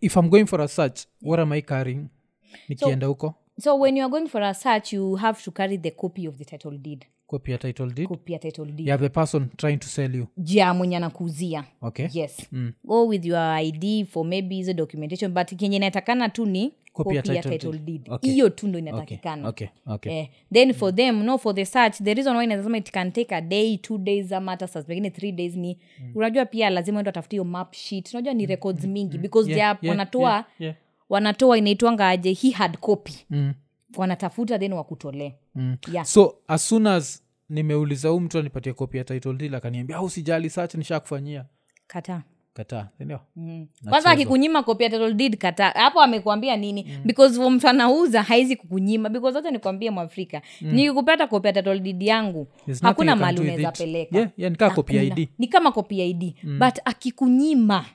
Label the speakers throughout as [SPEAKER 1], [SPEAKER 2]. [SPEAKER 1] if i'm going for a search what am i carrying nikienda huko
[SPEAKER 2] so when you are going for a search you have to carry the copy of the title deed
[SPEAKER 1] copy ya title deed
[SPEAKER 2] copy ya title deed
[SPEAKER 1] yeah the person trying to sell you
[SPEAKER 2] ja mwenye anakuuzia
[SPEAKER 1] okay
[SPEAKER 2] yes mm. go with your id for maybe hizo documentation but kenye inatakana tu ni
[SPEAKER 1] Copy ya
[SPEAKER 2] copy ya
[SPEAKER 1] title
[SPEAKER 2] title
[SPEAKER 1] deed.
[SPEAKER 2] deed
[SPEAKER 1] Okay.
[SPEAKER 2] hiyo tu ndo
[SPEAKER 1] okay
[SPEAKER 2] inatakikana
[SPEAKER 1] okay okay Mm.
[SPEAKER 2] eh, then for them no for the search the reason why inasema it can take a day two days ama hata saa zingine three days ni
[SPEAKER 1] Mm.
[SPEAKER 2] unajua pia lazima endo atafute hiyo map sheet unajua ni records mingi because
[SPEAKER 1] Mm. Yeah,
[SPEAKER 2] they are
[SPEAKER 1] yeah,
[SPEAKER 2] wanatoa
[SPEAKER 1] yeah, yeah.
[SPEAKER 2] wanatoa inaitwanga aje he had copy wanatafuta then wakutolee
[SPEAKER 1] Mm.
[SPEAKER 2] yeah.
[SPEAKER 1] so as soon as nimeuliza huu mtu anipatia kopi ya title deal akaniambia au sijali search nishakufanyia
[SPEAKER 2] kataa
[SPEAKER 1] kataa sindio
[SPEAKER 2] Mm. kwanza akikunyima kopi ya title deed kata hapo amekuambia nini mm. because huo mtu anauza haizi kukunyima because hata nikwambie mwafrika mm. nikikupata kopi ya title deed yangu
[SPEAKER 1] There's nothing
[SPEAKER 2] hakuna
[SPEAKER 1] you can
[SPEAKER 2] mali
[SPEAKER 1] do with
[SPEAKER 2] unaweza
[SPEAKER 1] it.
[SPEAKER 2] peleka
[SPEAKER 1] Yeah, yeah, nikaa kopi ya
[SPEAKER 2] Hakuna.
[SPEAKER 1] id
[SPEAKER 2] ni kama kopi ya id mm. but akikunyima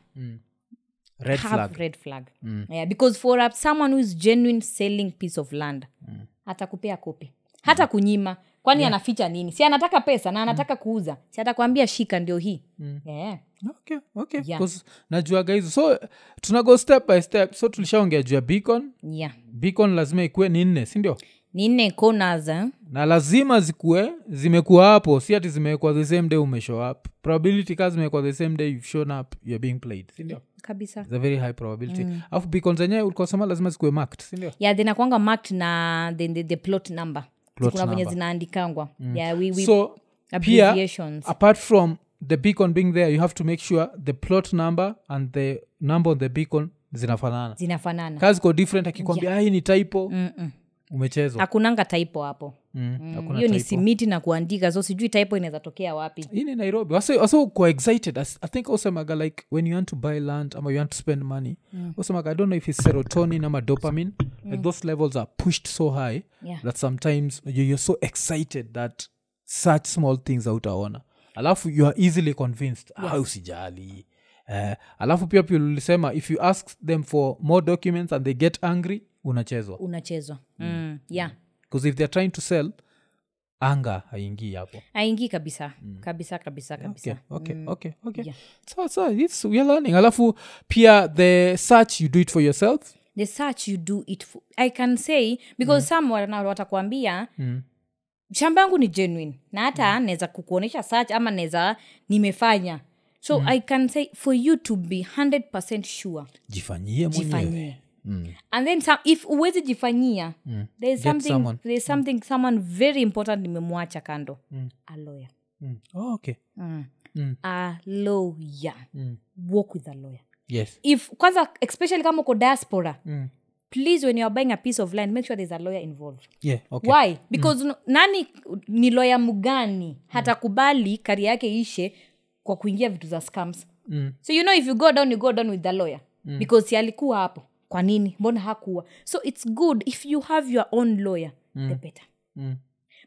[SPEAKER 1] red
[SPEAKER 2] have
[SPEAKER 1] flag Mm.
[SPEAKER 2] red flag yeah, because for a, someone who is genuine selling piece of land mm. atakupea kopi
[SPEAKER 1] Mm.
[SPEAKER 2] hata kunyima kwani yeah. anaficha nini si anataka pesa na anataka kuuza si atakwambia shika ndio hii mm. yeah.
[SPEAKER 1] okay, okay.
[SPEAKER 2] Yeah.
[SPEAKER 1] 'Cause najuaga hizo so tunago step by step so tulishaongea juu ya beacon
[SPEAKER 2] yeah.
[SPEAKER 1] beacon lazima ikue ni nne sindio
[SPEAKER 2] ni nne corners eh?
[SPEAKER 1] na lazima zikue zimekuwa hapo si ati zimewekwa the same day umeshow up probability kaa zimewekwa the same day you've shown up you're being played sindio
[SPEAKER 2] kabisa
[SPEAKER 1] It's a very high probability
[SPEAKER 2] Mm.
[SPEAKER 1] alafu beacon zenyewe ulikosema lazima zikuwe marked sindio
[SPEAKER 2] yeah zinakwanga marked na the, the, the plot number
[SPEAKER 1] Plot
[SPEAKER 2] kuna venye
[SPEAKER 1] number. Mm.
[SPEAKER 2] zinaandikangwa yeah, we, we,
[SPEAKER 1] so pia
[SPEAKER 2] abbreviations
[SPEAKER 1] apart from the beacon being there you have to make sure the plot number and the number on the beacon zinafanana
[SPEAKER 2] zinafanana
[SPEAKER 1] kazi ko different akikwambia yeah. hii ni typo
[SPEAKER 2] Mm.
[SPEAKER 1] Mm-mm. umechezwa
[SPEAKER 2] hakunanga taipo hapo
[SPEAKER 1] Mm, hakuna
[SPEAKER 2] hiyo ni
[SPEAKER 1] typo.
[SPEAKER 2] simiti na kuandika so sijui taipo inaweza tokea wapi
[SPEAKER 1] hii ni nairobi waso kwa excited As- i think osemaga like when you want to buy land ama you want to spend money mm. osemaga i don't know if it's serotonin ama dopamine mm. like those levels are pushed so high
[SPEAKER 2] Yeah.
[SPEAKER 1] that sometimes you- you're so excited that such small things hautaona alafu you are easily convinced yes. ah, usijali uh, alafu pia pia ulisema if you ask them for more documents and they get angry unachezwa
[SPEAKER 2] unachezwa mm. mm. yeah
[SPEAKER 1] because if they're trying to sell anga haingii hapo
[SPEAKER 2] aingii kabisa kabisa kabisa kabisa
[SPEAKER 1] Mm.
[SPEAKER 2] Mm,
[SPEAKER 1] okay, okay, okay, okay.
[SPEAKER 2] Yeah.
[SPEAKER 1] So, so it's, we're learning alafu pia the search you do it for yourself
[SPEAKER 2] the search you do it for, i can say because mm. some wana- watakuambia
[SPEAKER 1] Mm.
[SPEAKER 2] shamba yangu ni genuine na hata mm. naweza kukuonyesha search ama naweza nimefanya so mm. i can say for you to be 100 sure
[SPEAKER 1] jifanyie mwenyewe Mm,
[SPEAKER 2] jifanyie and then some, if uwezi jifanyia mm. there's
[SPEAKER 1] Get
[SPEAKER 2] something,
[SPEAKER 1] someone.
[SPEAKER 2] there's something someone very important nimemwacha kando mm. a lawyer
[SPEAKER 1] mm. oh, okay
[SPEAKER 2] mm.
[SPEAKER 1] Mm.
[SPEAKER 2] a lawyer
[SPEAKER 1] Mm.
[SPEAKER 2] work with a lawyer
[SPEAKER 1] yes
[SPEAKER 2] if kwanza especially kama uko diaspora
[SPEAKER 1] Mm.
[SPEAKER 2] please when youare buying a piece of land make sure there's a lawyer involved
[SPEAKER 1] yeah okay
[SPEAKER 2] why because mm. nani ni loya mgani hatakubali kari yake ishe kwa kuingia vitu za scams
[SPEAKER 1] Mm.
[SPEAKER 2] so you know if you go down you go down with the lawyer mm. because si alikuwa hapo kwa nini mbona hakuwa so it's good if you have your own lawyer mm. the better
[SPEAKER 1] Mm.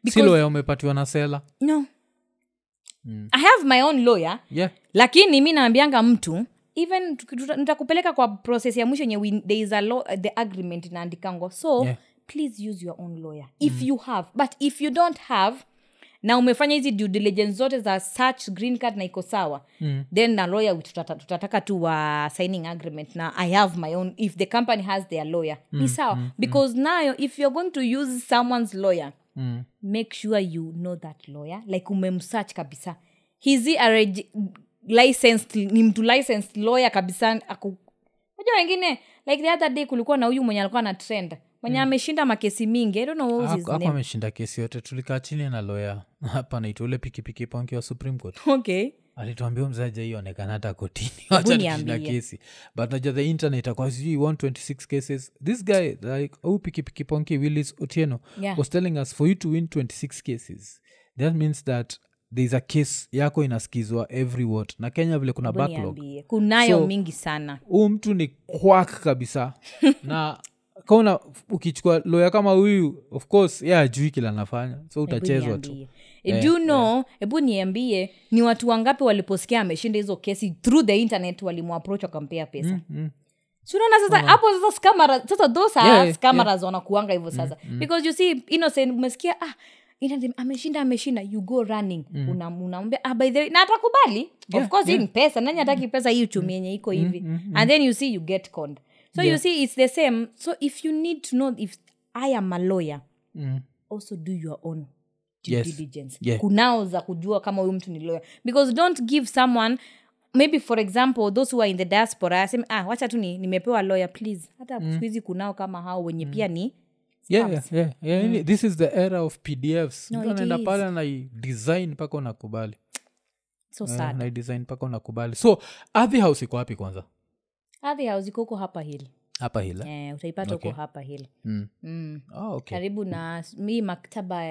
[SPEAKER 2] because-
[SPEAKER 1] silo ya umepatiwa na sela
[SPEAKER 2] no mm. i have my own lawyer
[SPEAKER 1] yeah
[SPEAKER 2] lakini mi naambianga mtu even tuki- tuta- nitakupeleka kwa proses ya mwisho yenye we- there is a law, uh, the agreement inaandikangwa so
[SPEAKER 1] Yeah.
[SPEAKER 2] yeah. please use your own lawyer if mm. you have but if you don't have na umefanya hizi due diligence zote za search green card na iko sawa mm. then na lawyer tutata, tutataka tu wa signing agreement na i have my own if the company has their lawyer mm. ni sawa mm. because nayo if you're going to use someone's lawyer
[SPEAKER 1] mm.
[SPEAKER 2] make sure you know that lawyer like umemsearch kabisa hizi a reg- licensed ni mtu licensed lawyer kabisa aku unajua wengine like the other day kulikuwa na huyu mwenye alikuwa na trend mwenye
[SPEAKER 1] Mm.
[SPEAKER 2] ameshinda makesi mingi I don't know what was his
[SPEAKER 1] Haku- hakuwa
[SPEAKER 2] name.
[SPEAKER 1] ameshinda kesi yote tulikaa chini na loya hapa naitwa ule pikipiki panki wa supreme court
[SPEAKER 2] okay
[SPEAKER 1] alituambia mzaji aionekana hata kotini wacha tushinda
[SPEAKER 2] niambie.
[SPEAKER 1] kesi but naja the internet akwa sijui 126 cases this guy like au pikipiki ponki willis otieno
[SPEAKER 2] Yeah.
[SPEAKER 1] was telling us for you to win 26 cases that means that there is a case yako inaskizwa every what na kenya vile kuna
[SPEAKER 2] hebu
[SPEAKER 1] backlog
[SPEAKER 2] niambie. kunayo
[SPEAKER 1] So-
[SPEAKER 2] mingi sana
[SPEAKER 1] huu mtu ni kwak kabisa na kauna ukichukua loya kama huyu of course ye ajui kila anafanya so utachezwa tu
[SPEAKER 2] Eh, do you know hebu niambie ni watu wangapi waliposikia ameshinda hizo kesi through the internet walimwaproach wakampea pesa
[SPEAKER 1] Mm,
[SPEAKER 2] sunaona sasa hapo sasa scammers- sasa those are
[SPEAKER 1] Yeah, Mm, yeah,
[SPEAKER 2] scammers wanakuanga hivyo sasa because you see innocent umesikia ah innocent, ameshinda ameshinda you go running
[SPEAKER 1] Mm.
[SPEAKER 2] Una- unaambia ah, by the way na
[SPEAKER 1] Mm,
[SPEAKER 2] atakubali of course hii ni pesa nani ataki pesa hii uchumi yenye iko hivi and then you see you get conned so yeah. you see it's the same so if you need to know if i am a lawyer
[SPEAKER 1] Mm.
[SPEAKER 2] also do your own due
[SPEAKER 1] Yes.
[SPEAKER 2] diligence
[SPEAKER 1] Yeah.
[SPEAKER 2] kunao za kujua kama huyu mtu ni lawyer because don't give someone maybe for example those who are in the diaspora sema ah wacha tu ni- nimepewa lawyer please hata mm. siku hizi kunao kama hao wenye mm. pia ni
[SPEAKER 1] Yeah, yeah, yeah, yeah, yani this is the era of pdfs
[SPEAKER 2] No,
[SPEAKER 1] Mtu
[SPEAKER 2] it
[SPEAKER 1] anaenda
[SPEAKER 2] is.
[SPEAKER 1] pale anaidesign mpaka unakubali
[SPEAKER 2] so
[SPEAKER 1] Eh,
[SPEAKER 2] sad
[SPEAKER 1] anaidesign mpaka unakubali so adhi house iko wapi kwanza
[SPEAKER 2] adhi hauziko huko hapa hili
[SPEAKER 1] hapa hila
[SPEAKER 2] eh, utaipata huko
[SPEAKER 1] Okay.
[SPEAKER 2] hapa hili
[SPEAKER 1] Mm.
[SPEAKER 2] mm.
[SPEAKER 1] Ah, okay.
[SPEAKER 2] karibu na s- hii maktaba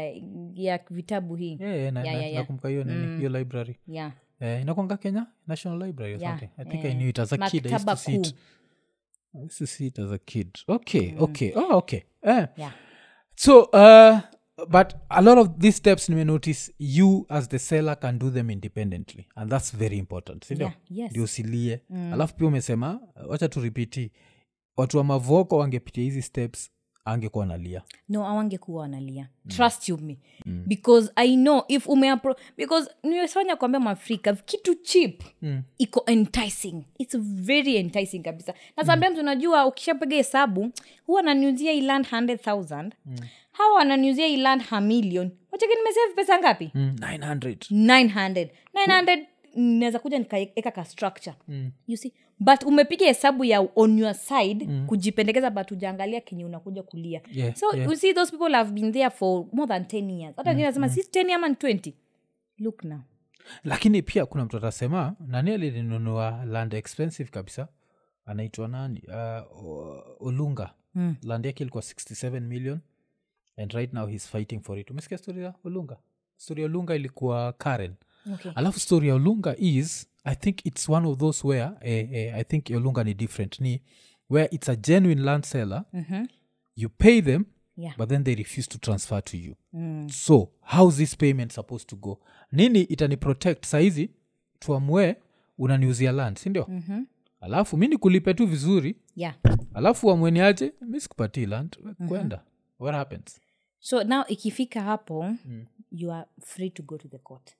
[SPEAKER 2] ya vitabu hii
[SPEAKER 1] Yeah, yeah, na-
[SPEAKER 2] Yeah,
[SPEAKER 1] na-
[SPEAKER 2] yeah, Mm. yeah.
[SPEAKER 1] nakumbuka hiyo nini hiyo library
[SPEAKER 2] yeah.
[SPEAKER 1] eh, inakwanga kenya national library or
[SPEAKER 2] Yeah,
[SPEAKER 1] something i think i
[SPEAKER 2] eh,
[SPEAKER 1] knew it as a kid i used to
[SPEAKER 2] maktaba
[SPEAKER 1] see it
[SPEAKER 2] kuu.
[SPEAKER 1] i used to see it as a kid okay okay oh, okay eh.
[SPEAKER 2] Mm. Yeah.
[SPEAKER 1] so uh, but a lot of these steps you may notice you as the seller can do them independently and that's very important sindio
[SPEAKER 2] Yeah, yes. Mm.
[SPEAKER 1] ndio usilie alafu pia umesema uh, wacha turipiti watu wa mavoko wangepitia hizi steps angekuwa nalia
[SPEAKER 2] no awangekuwa wanalia trust you me because i know if umeapro because nimefanya kuambia mwafrika kitu cheap mm. iko enticing its very enticing kabisa na sometimes unajua ukishapiga hesabu huwa ananiuzia hii land 100000 mm. hawa wananiuzia hii land ha million wacheke nimesave pesa ngapi
[SPEAKER 1] mm. 900
[SPEAKER 2] 900 900 naweza kuja nikaeka ka structure mm. you see but umepiga hesabu ya on your side mm. kujipendekeza but ujaangalia kenye unakuja kulia
[SPEAKER 1] Yeah,
[SPEAKER 2] so
[SPEAKER 1] yeah.
[SPEAKER 2] you see those people have been there for more than 10 years hata wengine nasema si 10 ama ni 20 look now
[SPEAKER 1] lakini pia kuna mtu atasema nani alilinunua land expensive kabisa anaitwa nani uh, O- olunga mm. land yake ilikuwa 67 million and right now he's fighting for it umesikia story ya olunga story ya olunga ilikuwa karen
[SPEAKER 2] okay.
[SPEAKER 1] alafu story ya olunga is i think it's one of those where eh, eh, i think olunga ni different ni where it's a genuine land seller
[SPEAKER 2] Mhm.
[SPEAKER 1] you pay them
[SPEAKER 2] yeah.
[SPEAKER 1] but then they refuse to transfer to you
[SPEAKER 2] mm.
[SPEAKER 1] so how's this payment supposed to go nini itani protect saizi tuamue unaniuzia land sindio
[SPEAKER 2] Mhm.
[SPEAKER 1] alafu mi nikulipe tu vizuri
[SPEAKER 2] yeah
[SPEAKER 1] alafu amweni aje mi sikupatii land
[SPEAKER 2] Mm-hmm.
[SPEAKER 1] kwenda what happens
[SPEAKER 2] so now ikifika hapo mm. you are free to go to the court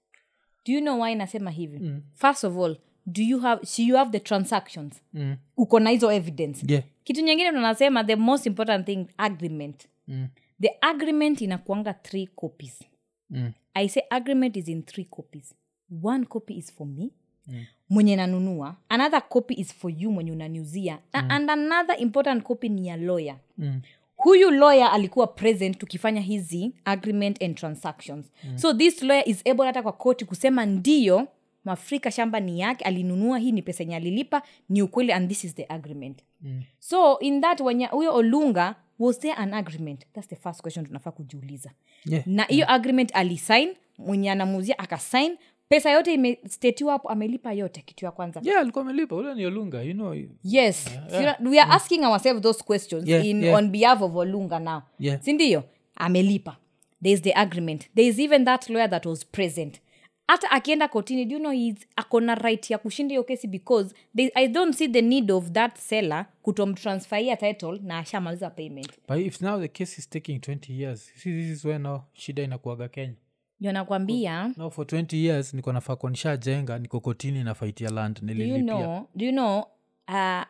[SPEAKER 2] do you know why nasema hivi mm. first of all do you have so you have the transactions
[SPEAKER 1] Mm.
[SPEAKER 2] uko na hizo evidence
[SPEAKER 1] yeah.
[SPEAKER 2] kitu nyingine tunasema the most important thing agreement
[SPEAKER 1] mm.
[SPEAKER 2] the agreement inakuanga three copies
[SPEAKER 1] Mm.
[SPEAKER 2] i say agreement is in three copies one copy is for me mm. mwenye nanunua another copy is for you mwenye unaniuzia na mm. and another important copy ni ya lawyer
[SPEAKER 1] Mm.
[SPEAKER 2] huyu lawyer alikuwa present tukifanya hizi agreement and transactions mm. so this lawyer is able hata kwa koti kusema ndiyo mafrika shamba ni yake alinunua hii ni pesa yenye alilipa ni ukweli and this is the agreement mm. so in that wenye huyo olunga was there an agreement thats the first question tunafaa kujiuliza
[SPEAKER 1] Yeah.
[SPEAKER 2] na hiyo agreement alisign mwenye anamuuzia akasign pesa yote imestetiwa hapo amelipa yote kitu ya kwanza
[SPEAKER 1] yeah alikuwa amelipa ule ni olunga you know
[SPEAKER 2] yes yeah. we are asking ourselves those questions
[SPEAKER 1] Yeah,
[SPEAKER 2] in,
[SPEAKER 1] yeah.
[SPEAKER 2] on behalf of olunga now
[SPEAKER 1] Yeah.
[SPEAKER 2] sindio amelipa there is the agreement there is even that lawyer that was present hata akienda kotini do you know he's akona right ya kushinda hiyo kesi because they, i don't see the need of that seller kutomtransferia title na ashamaliza payment
[SPEAKER 1] but if now the case is taking 20 years you see this is where now shida inakuaga kenya
[SPEAKER 2] ndio nakwambia
[SPEAKER 1] now for 20 years niko nafaa kuwa nishajenga niko kotini nafaitia land
[SPEAKER 2] do you
[SPEAKER 1] nililipia
[SPEAKER 2] know, do you know uh,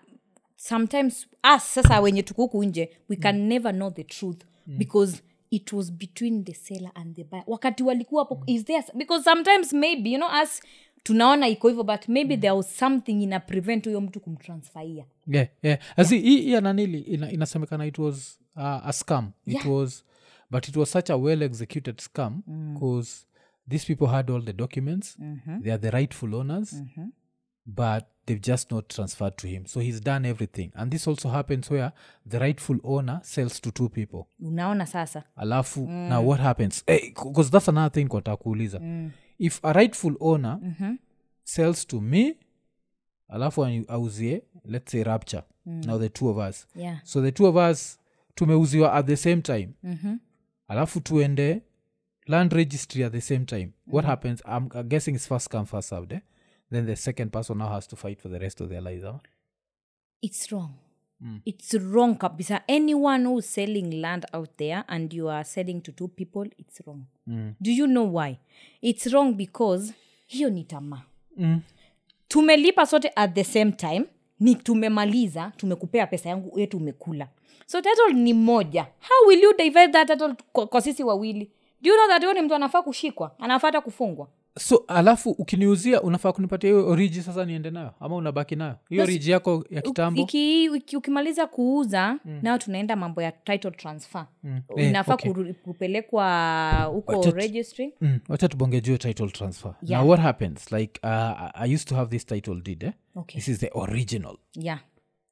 [SPEAKER 2] sometimes us sasa wenye tuko huku nje we can mm. never know the truth mm. because it was between the seller and the buyer wakati walikuwa hapo is there because sometimes maybe you know us tunaona iko hivyo but maybe there was something ina prevent huyo mtu kumtransfaia
[SPEAKER 1] yeah, yeah. As i- hii hii ananili ina, inasemekana it was uh, a scam it
[SPEAKER 2] Yeah.
[SPEAKER 1] was but it was such a well executed scam because these people had all the documents they are the rightful owners but they've just not transferred to him so he's done everything and this also happens where the rightful owner sells to two people
[SPEAKER 2] unaona sasa
[SPEAKER 1] alafu mm. now what happens because that's another thing kwata kuuliza
[SPEAKER 2] Mm,
[SPEAKER 1] if a rightful owner
[SPEAKER 2] mhm,
[SPEAKER 1] sells to me alafu ani- auzie let's say rapture now the two of us
[SPEAKER 2] yeah
[SPEAKER 1] so the two of us tumeuziwa at the same time
[SPEAKER 2] mhm.
[SPEAKER 1] alafu tuende land registry at the same time
[SPEAKER 2] Mm.
[SPEAKER 1] what happens I'm, I'm guessing it's first come first served eh? then the second person now has to fight for the rest of their lives huh?
[SPEAKER 2] it's wrong it's wrong kabisa anyone who's selling land out there and you are selling to two people it's wrong mm. do you know why it's wrong because hiyo ni tamaa mm. tumelipa sote at the same time ni tumemaliza tumekupea pesa yangu yetu umekula so title ni moja how will you divide that title kwa, kwa sisi wawili do you know that huyo ni mtu anafaa kushikwa anafaa hata kufungwa
[SPEAKER 1] so alafu ukiniuzia unafaa kunipatia hiyo oriji sasa niende nayo ama unabaki nayo hiyo oriji yako ya kitambo
[SPEAKER 2] Iki, iki, ukimaliza kuuza mm. nao tunaenda mambo ya title transfer mm.
[SPEAKER 1] Eh,
[SPEAKER 2] inafaa
[SPEAKER 1] okay.
[SPEAKER 2] kuru- kupelekwa huko
[SPEAKER 1] Wacha-
[SPEAKER 2] registry
[SPEAKER 1] mm, wacha tubonge juu ya title transfer
[SPEAKER 2] Yeah.
[SPEAKER 1] now what happens like uh, I- i used to have this title deed eh?
[SPEAKER 2] Okay.
[SPEAKER 1] this is the original
[SPEAKER 2] yeah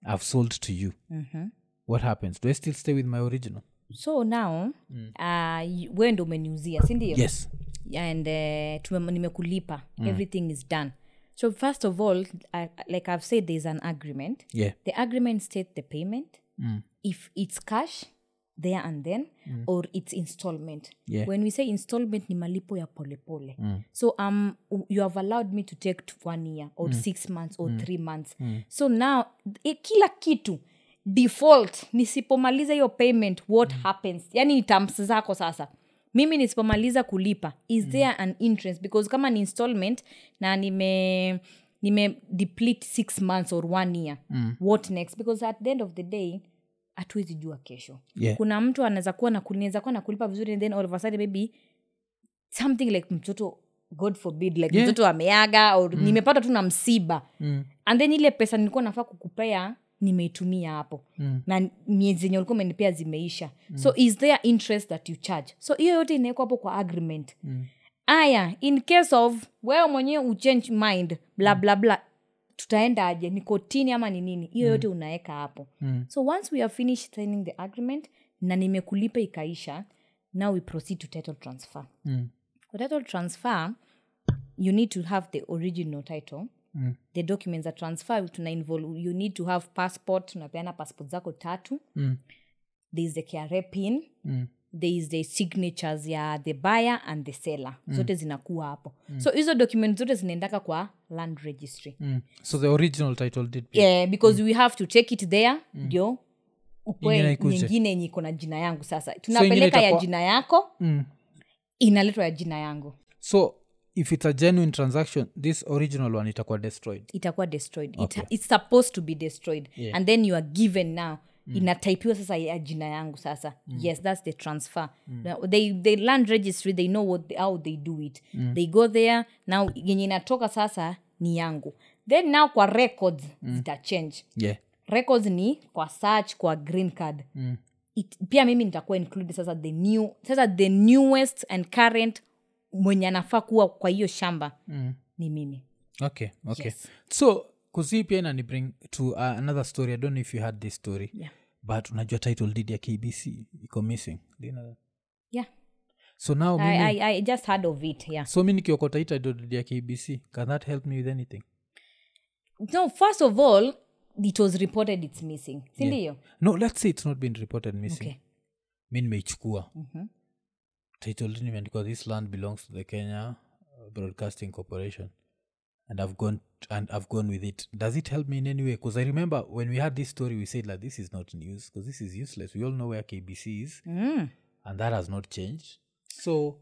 [SPEAKER 1] i've sold to you
[SPEAKER 2] Mhm.
[SPEAKER 1] what happens do i still stay with my original
[SPEAKER 2] so now mm. uh, wewe ndo umeniuzia sindio
[SPEAKER 1] yes
[SPEAKER 2] and uh, tume, nimekulipa mm. everything is done so first of all uh, like i've said there's an agreement
[SPEAKER 1] yeah
[SPEAKER 2] the agreement states the payment
[SPEAKER 1] Mm.
[SPEAKER 2] if it's cash there and then mm. or it's installment
[SPEAKER 1] Yeah.
[SPEAKER 2] when we say installment ni malipo ya polepole mm. so um, you have allowed me to take t- one year or mm. six months or mm. three months mm. so now e, kila kitu default nisipomaliza hiyo payment what mm. happens yani ni terms zako sasa mimi nisipomaliza kulipa is mm. there an interest because kama ni installment na nime nime deplete six months or one year mm.
[SPEAKER 1] Mm-hmm.
[SPEAKER 2] what next because at the end of the day hatuwezi jua kesho
[SPEAKER 1] Yeah.
[SPEAKER 2] kuna mtu anaweza kuwa na naweza kuwa nakulipa vizuri and then all of a sudden maybe something like mtoto god forbid like
[SPEAKER 1] Yeah. Mm.
[SPEAKER 2] mtoto ameaga or nimepata tu na msiba mm. and then ile pesa nilikuwa nafaa kukupea nimeitumia hapo mm. na miezi yenye ulikuwa umenipea zimeisha mm. so is there interest that you charge so hiyo yote inawekwa hapo kwa agreement mm. aya in case of wewe mwenyewe uchange mind bla bla bla tutaenda aje ni kotini ama ni nini hiyo yote unaweka hapo mm. so once we have finished signing the agreement na nimekulipa ikaisha now we proceed to title transfer
[SPEAKER 1] Mm.
[SPEAKER 2] kwa title transfer you need to have the original title mm. the documents are transfer tuna involve you need to have passport tunapeana passport zako tatu
[SPEAKER 1] Mm.
[SPEAKER 2] there is the KRA pin
[SPEAKER 1] Mm.
[SPEAKER 2] there is the signatures ya the buyer and the seller mm. zote zinakuwa hapo mm. so hizo document zote zinaendaka kwa land registry
[SPEAKER 1] Mm. so the original title did pay.
[SPEAKER 2] hmm. yeah, because mm. we have to take it there ndio mm.
[SPEAKER 1] Ingine
[SPEAKER 2] ukwe
[SPEAKER 1] ikuje.
[SPEAKER 2] nyingine yenye iko na jina yangu sasa
[SPEAKER 1] ingine
[SPEAKER 2] tunapeleka ya
[SPEAKER 1] itakuwa-
[SPEAKER 2] jina yako
[SPEAKER 1] Mm.
[SPEAKER 2] inaletwa ya jina yangu
[SPEAKER 1] so if it's a genuine transaction this original one itakuwa destroyed
[SPEAKER 2] itakuwa destroyed okay. It, it's supposed to be destroyed
[SPEAKER 1] Yeah.
[SPEAKER 2] yeah. and then you are given now mm. inataipiwa sasa ya jina yangu sasa mm. yes that's the transfer mm. now, they, they land registry they know what, how they do it mm. they go there now yenye inatoka sasa ni yangu then now kwa records mm. zitachange
[SPEAKER 1] yeah
[SPEAKER 2] records ni kwa search kwa green card mm. It, pia mimi nitakuwa include sasa the new sasa the newest and current mwenye anafaa kuwa kwa hiyo shamba mm. ni mimi
[SPEAKER 1] okay okay
[SPEAKER 2] Yes.
[SPEAKER 1] so kuzii pia inani bring to uh, another story i don't know if you had this story
[SPEAKER 2] Yeah.
[SPEAKER 1] but unajua title did ya kbc iko missing Do you know that?
[SPEAKER 2] yeah
[SPEAKER 1] so now mimi,
[SPEAKER 2] I, I, I just heard of it yeah
[SPEAKER 1] so mi nikiokota hii title deed ya kbc can that help me with anything
[SPEAKER 2] no first of all it was reported it's missing sindio
[SPEAKER 1] no let's say it's not been reported missing
[SPEAKER 2] Okay.
[SPEAKER 1] mi nimeichukua
[SPEAKER 2] Mm-hmm.
[SPEAKER 1] title deed nimeandikwa this land belongs to the kenya broadcasting corporation and i've gone and i've gone with it does it help me in any way because i remember when we had this story we said like this is not news because this is useless we all know where kbc is
[SPEAKER 2] Mm.
[SPEAKER 1] and that has not changed so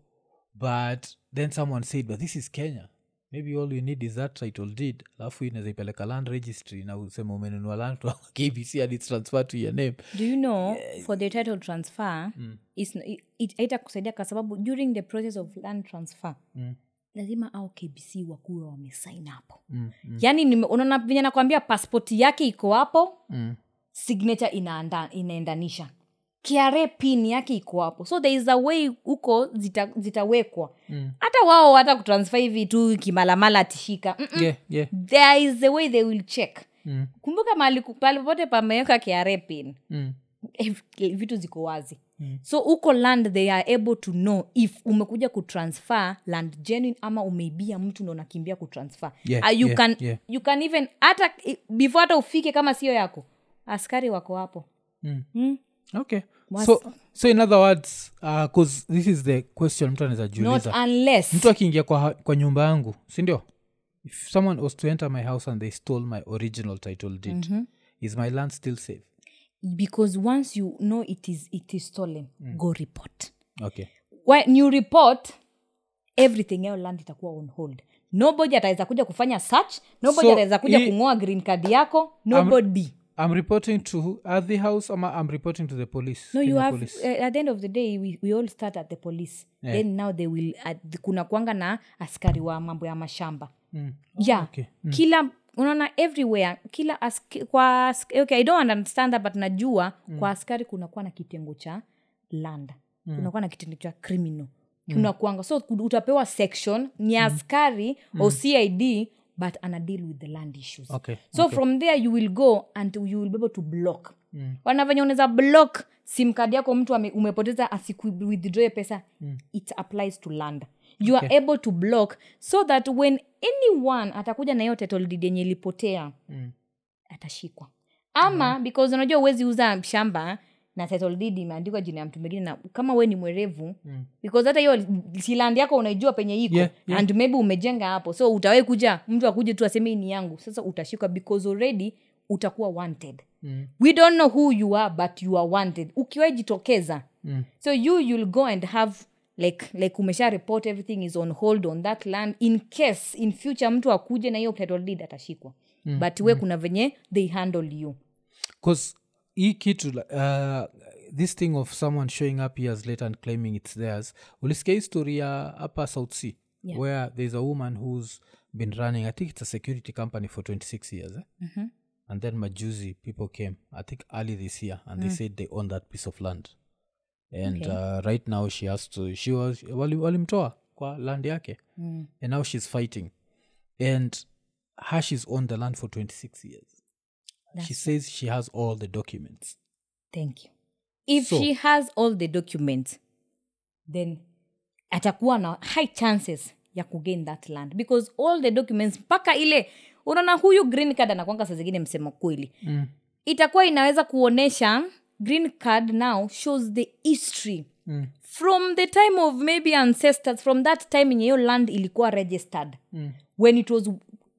[SPEAKER 1] but then someone said but this is kenya maybe all you need is that title deed alafu inaweza ipeleka land registry na usema umenunua land kwa kbc and its transferred to your name
[SPEAKER 2] do you know for the title transfer it's n- it- it haitakusaidia kwa sababu during the process of land transfer
[SPEAKER 1] Mm,
[SPEAKER 2] lazima au kbc wakuwe wamesign hapo mm, mm. yaani nime- unaona venye nakwambia paspoti yake iko hapo
[SPEAKER 1] Mm.
[SPEAKER 2] signature inaanda- inaendanisha kra pin yake iko hapo so there is a way huko zita- zitawekwa
[SPEAKER 1] Mm.
[SPEAKER 2] hata wao hata kutransfer hivi tu kimalamala atishika Mm-mm.
[SPEAKER 1] yeah yeah
[SPEAKER 2] there is a way they will check
[SPEAKER 1] Mm.
[SPEAKER 2] kumbuka mahali ku- pahali popote pameweka kra pin
[SPEAKER 1] mm.
[SPEAKER 2] ev- vitu ziko wazi mm. so huko land they are able to know if umekuja kutransfer land genuine ama umeibia mtu ndo unakimbia kutransfer
[SPEAKER 1] Yeah,
[SPEAKER 2] Ah, you,
[SPEAKER 1] yeah,
[SPEAKER 2] can,
[SPEAKER 1] yeah.
[SPEAKER 2] you can even hata i- before hata ufike kama sio yako askari wako hapo
[SPEAKER 1] Mm.
[SPEAKER 2] Mm.
[SPEAKER 1] okay
[SPEAKER 2] Was-
[SPEAKER 1] so so in other words because this is the question mtu anaweza
[SPEAKER 2] not
[SPEAKER 1] jiuliza
[SPEAKER 2] unless
[SPEAKER 1] mtu akiingia kwa, ha- kwa nyumba yangu sindio if someone was to enter my house and they stole my original title deed
[SPEAKER 2] Mm-hmm.
[SPEAKER 1] is my land still safe
[SPEAKER 2] because once you know it is, it is stolen mm. go report
[SPEAKER 1] okay
[SPEAKER 2] when you report everything else land itakuwa on hold nobody ataweza kuja kufanya search nobody
[SPEAKER 1] So,
[SPEAKER 2] ataweza kuja
[SPEAKER 1] hii-
[SPEAKER 2] kung'oa green card yako nobody
[SPEAKER 1] i'm reporting to at the house ama i'm reporting to the police
[SPEAKER 2] no you
[SPEAKER 1] Kenya
[SPEAKER 2] have
[SPEAKER 1] police.
[SPEAKER 2] uh, at the end of the day we, we all start at the police
[SPEAKER 1] Yeah.
[SPEAKER 2] yeah. then now they will at, kuna kuanga na askari wa mambo ya mashamba
[SPEAKER 1] Mm.
[SPEAKER 2] yeah
[SPEAKER 1] okay.
[SPEAKER 2] kila unaona everywhere kila ask, kwa ask, okay, i don't understand that but najua mm. kwa askari kunakuwa na kitengo cha land mm. kunakuwa na kitengo cha criminal
[SPEAKER 1] Mm.
[SPEAKER 2] kunakuanga so ku- utapewa section ni askari mm. or cid but ana deal with the land issues
[SPEAKER 1] Okay,
[SPEAKER 2] so from there you will go until you will be able to block
[SPEAKER 1] Mm.
[SPEAKER 2] wanavenye unaweza block sim card yako mtu ame- umepoteza asikuwithdraw pesa mm.
[SPEAKER 1] Hmm.
[SPEAKER 2] it applies to land you okay. are able to block so that when anyone atakuja na hiyo title deed yenye ilipotea
[SPEAKER 1] Mm.
[SPEAKER 2] atashikwa ama
[SPEAKER 1] Hmm.
[SPEAKER 2] mm. because unajua uwezi uza shamba na title deed imeandikwa jina ya mtu mwingine na kama we ni mwerevu mm. because hata hiyo siland yako unaijua penye iko
[SPEAKER 1] Yeah, yeah.
[SPEAKER 2] and maybe umejenga hapo so utawai kuja mtu akuje tu aseme hii ni yangu sasa utashikwa because already utakuwa wanted
[SPEAKER 1] Mm.
[SPEAKER 2] we don't know who you are but you are wanted ukiwaijitokeza
[SPEAKER 1] Mm.
[SPEAKER 2] so you you'll go and have like like umesha report everything is on hold on that land in case in future mtu akuje na hiyo title deed atashikwa mm. but
[SPEAKER 1] Mm-hmm.
[SPEAKER 2] we kuna venye they handle you
[SPEAKER 1] because hii kitu like, uh, this thing of someone showing up years later and claiming it's theirs ulisikia hii story ya hapa south sea
[SPEAKER 2] Yeah.
[SPEAKER 1] where there's a woman who's been running i think it's a security company for 26 years eh?
[SPEAKER 2] Mhm.
[SPEAKER 1] and then majuzi people came i think early this year and they said they own that piece of land and
[SPEAKER 2] Mm. Okay.
[SPEAKER 1] uh, right now she has to she was wali- walimtoa kwa land yake
[SPEAKER 2] mm.
[SPEAKER 1] and now she's fighting and her she's owned the land for 26 years she says she has all the documents
[SPEAKER 2] thank you if
[SPEAKER 1] So-
[SPEAKER 2] she has all the documents then atakuwa na high chances ya kugain that land because all the documents mpaka ile unaona huyu green card anakwanga saa zingine msema kweli
[SPEAKER 1] Mm.
[SPEAKER 2] itakuwa inaweza kuonesha green card now shows the history
[SPEAKER 1] Mm.
[SPEAKER 2] from the time of maybe ancestors from that time yenye hiyo land ilikuwa registered mm. when it was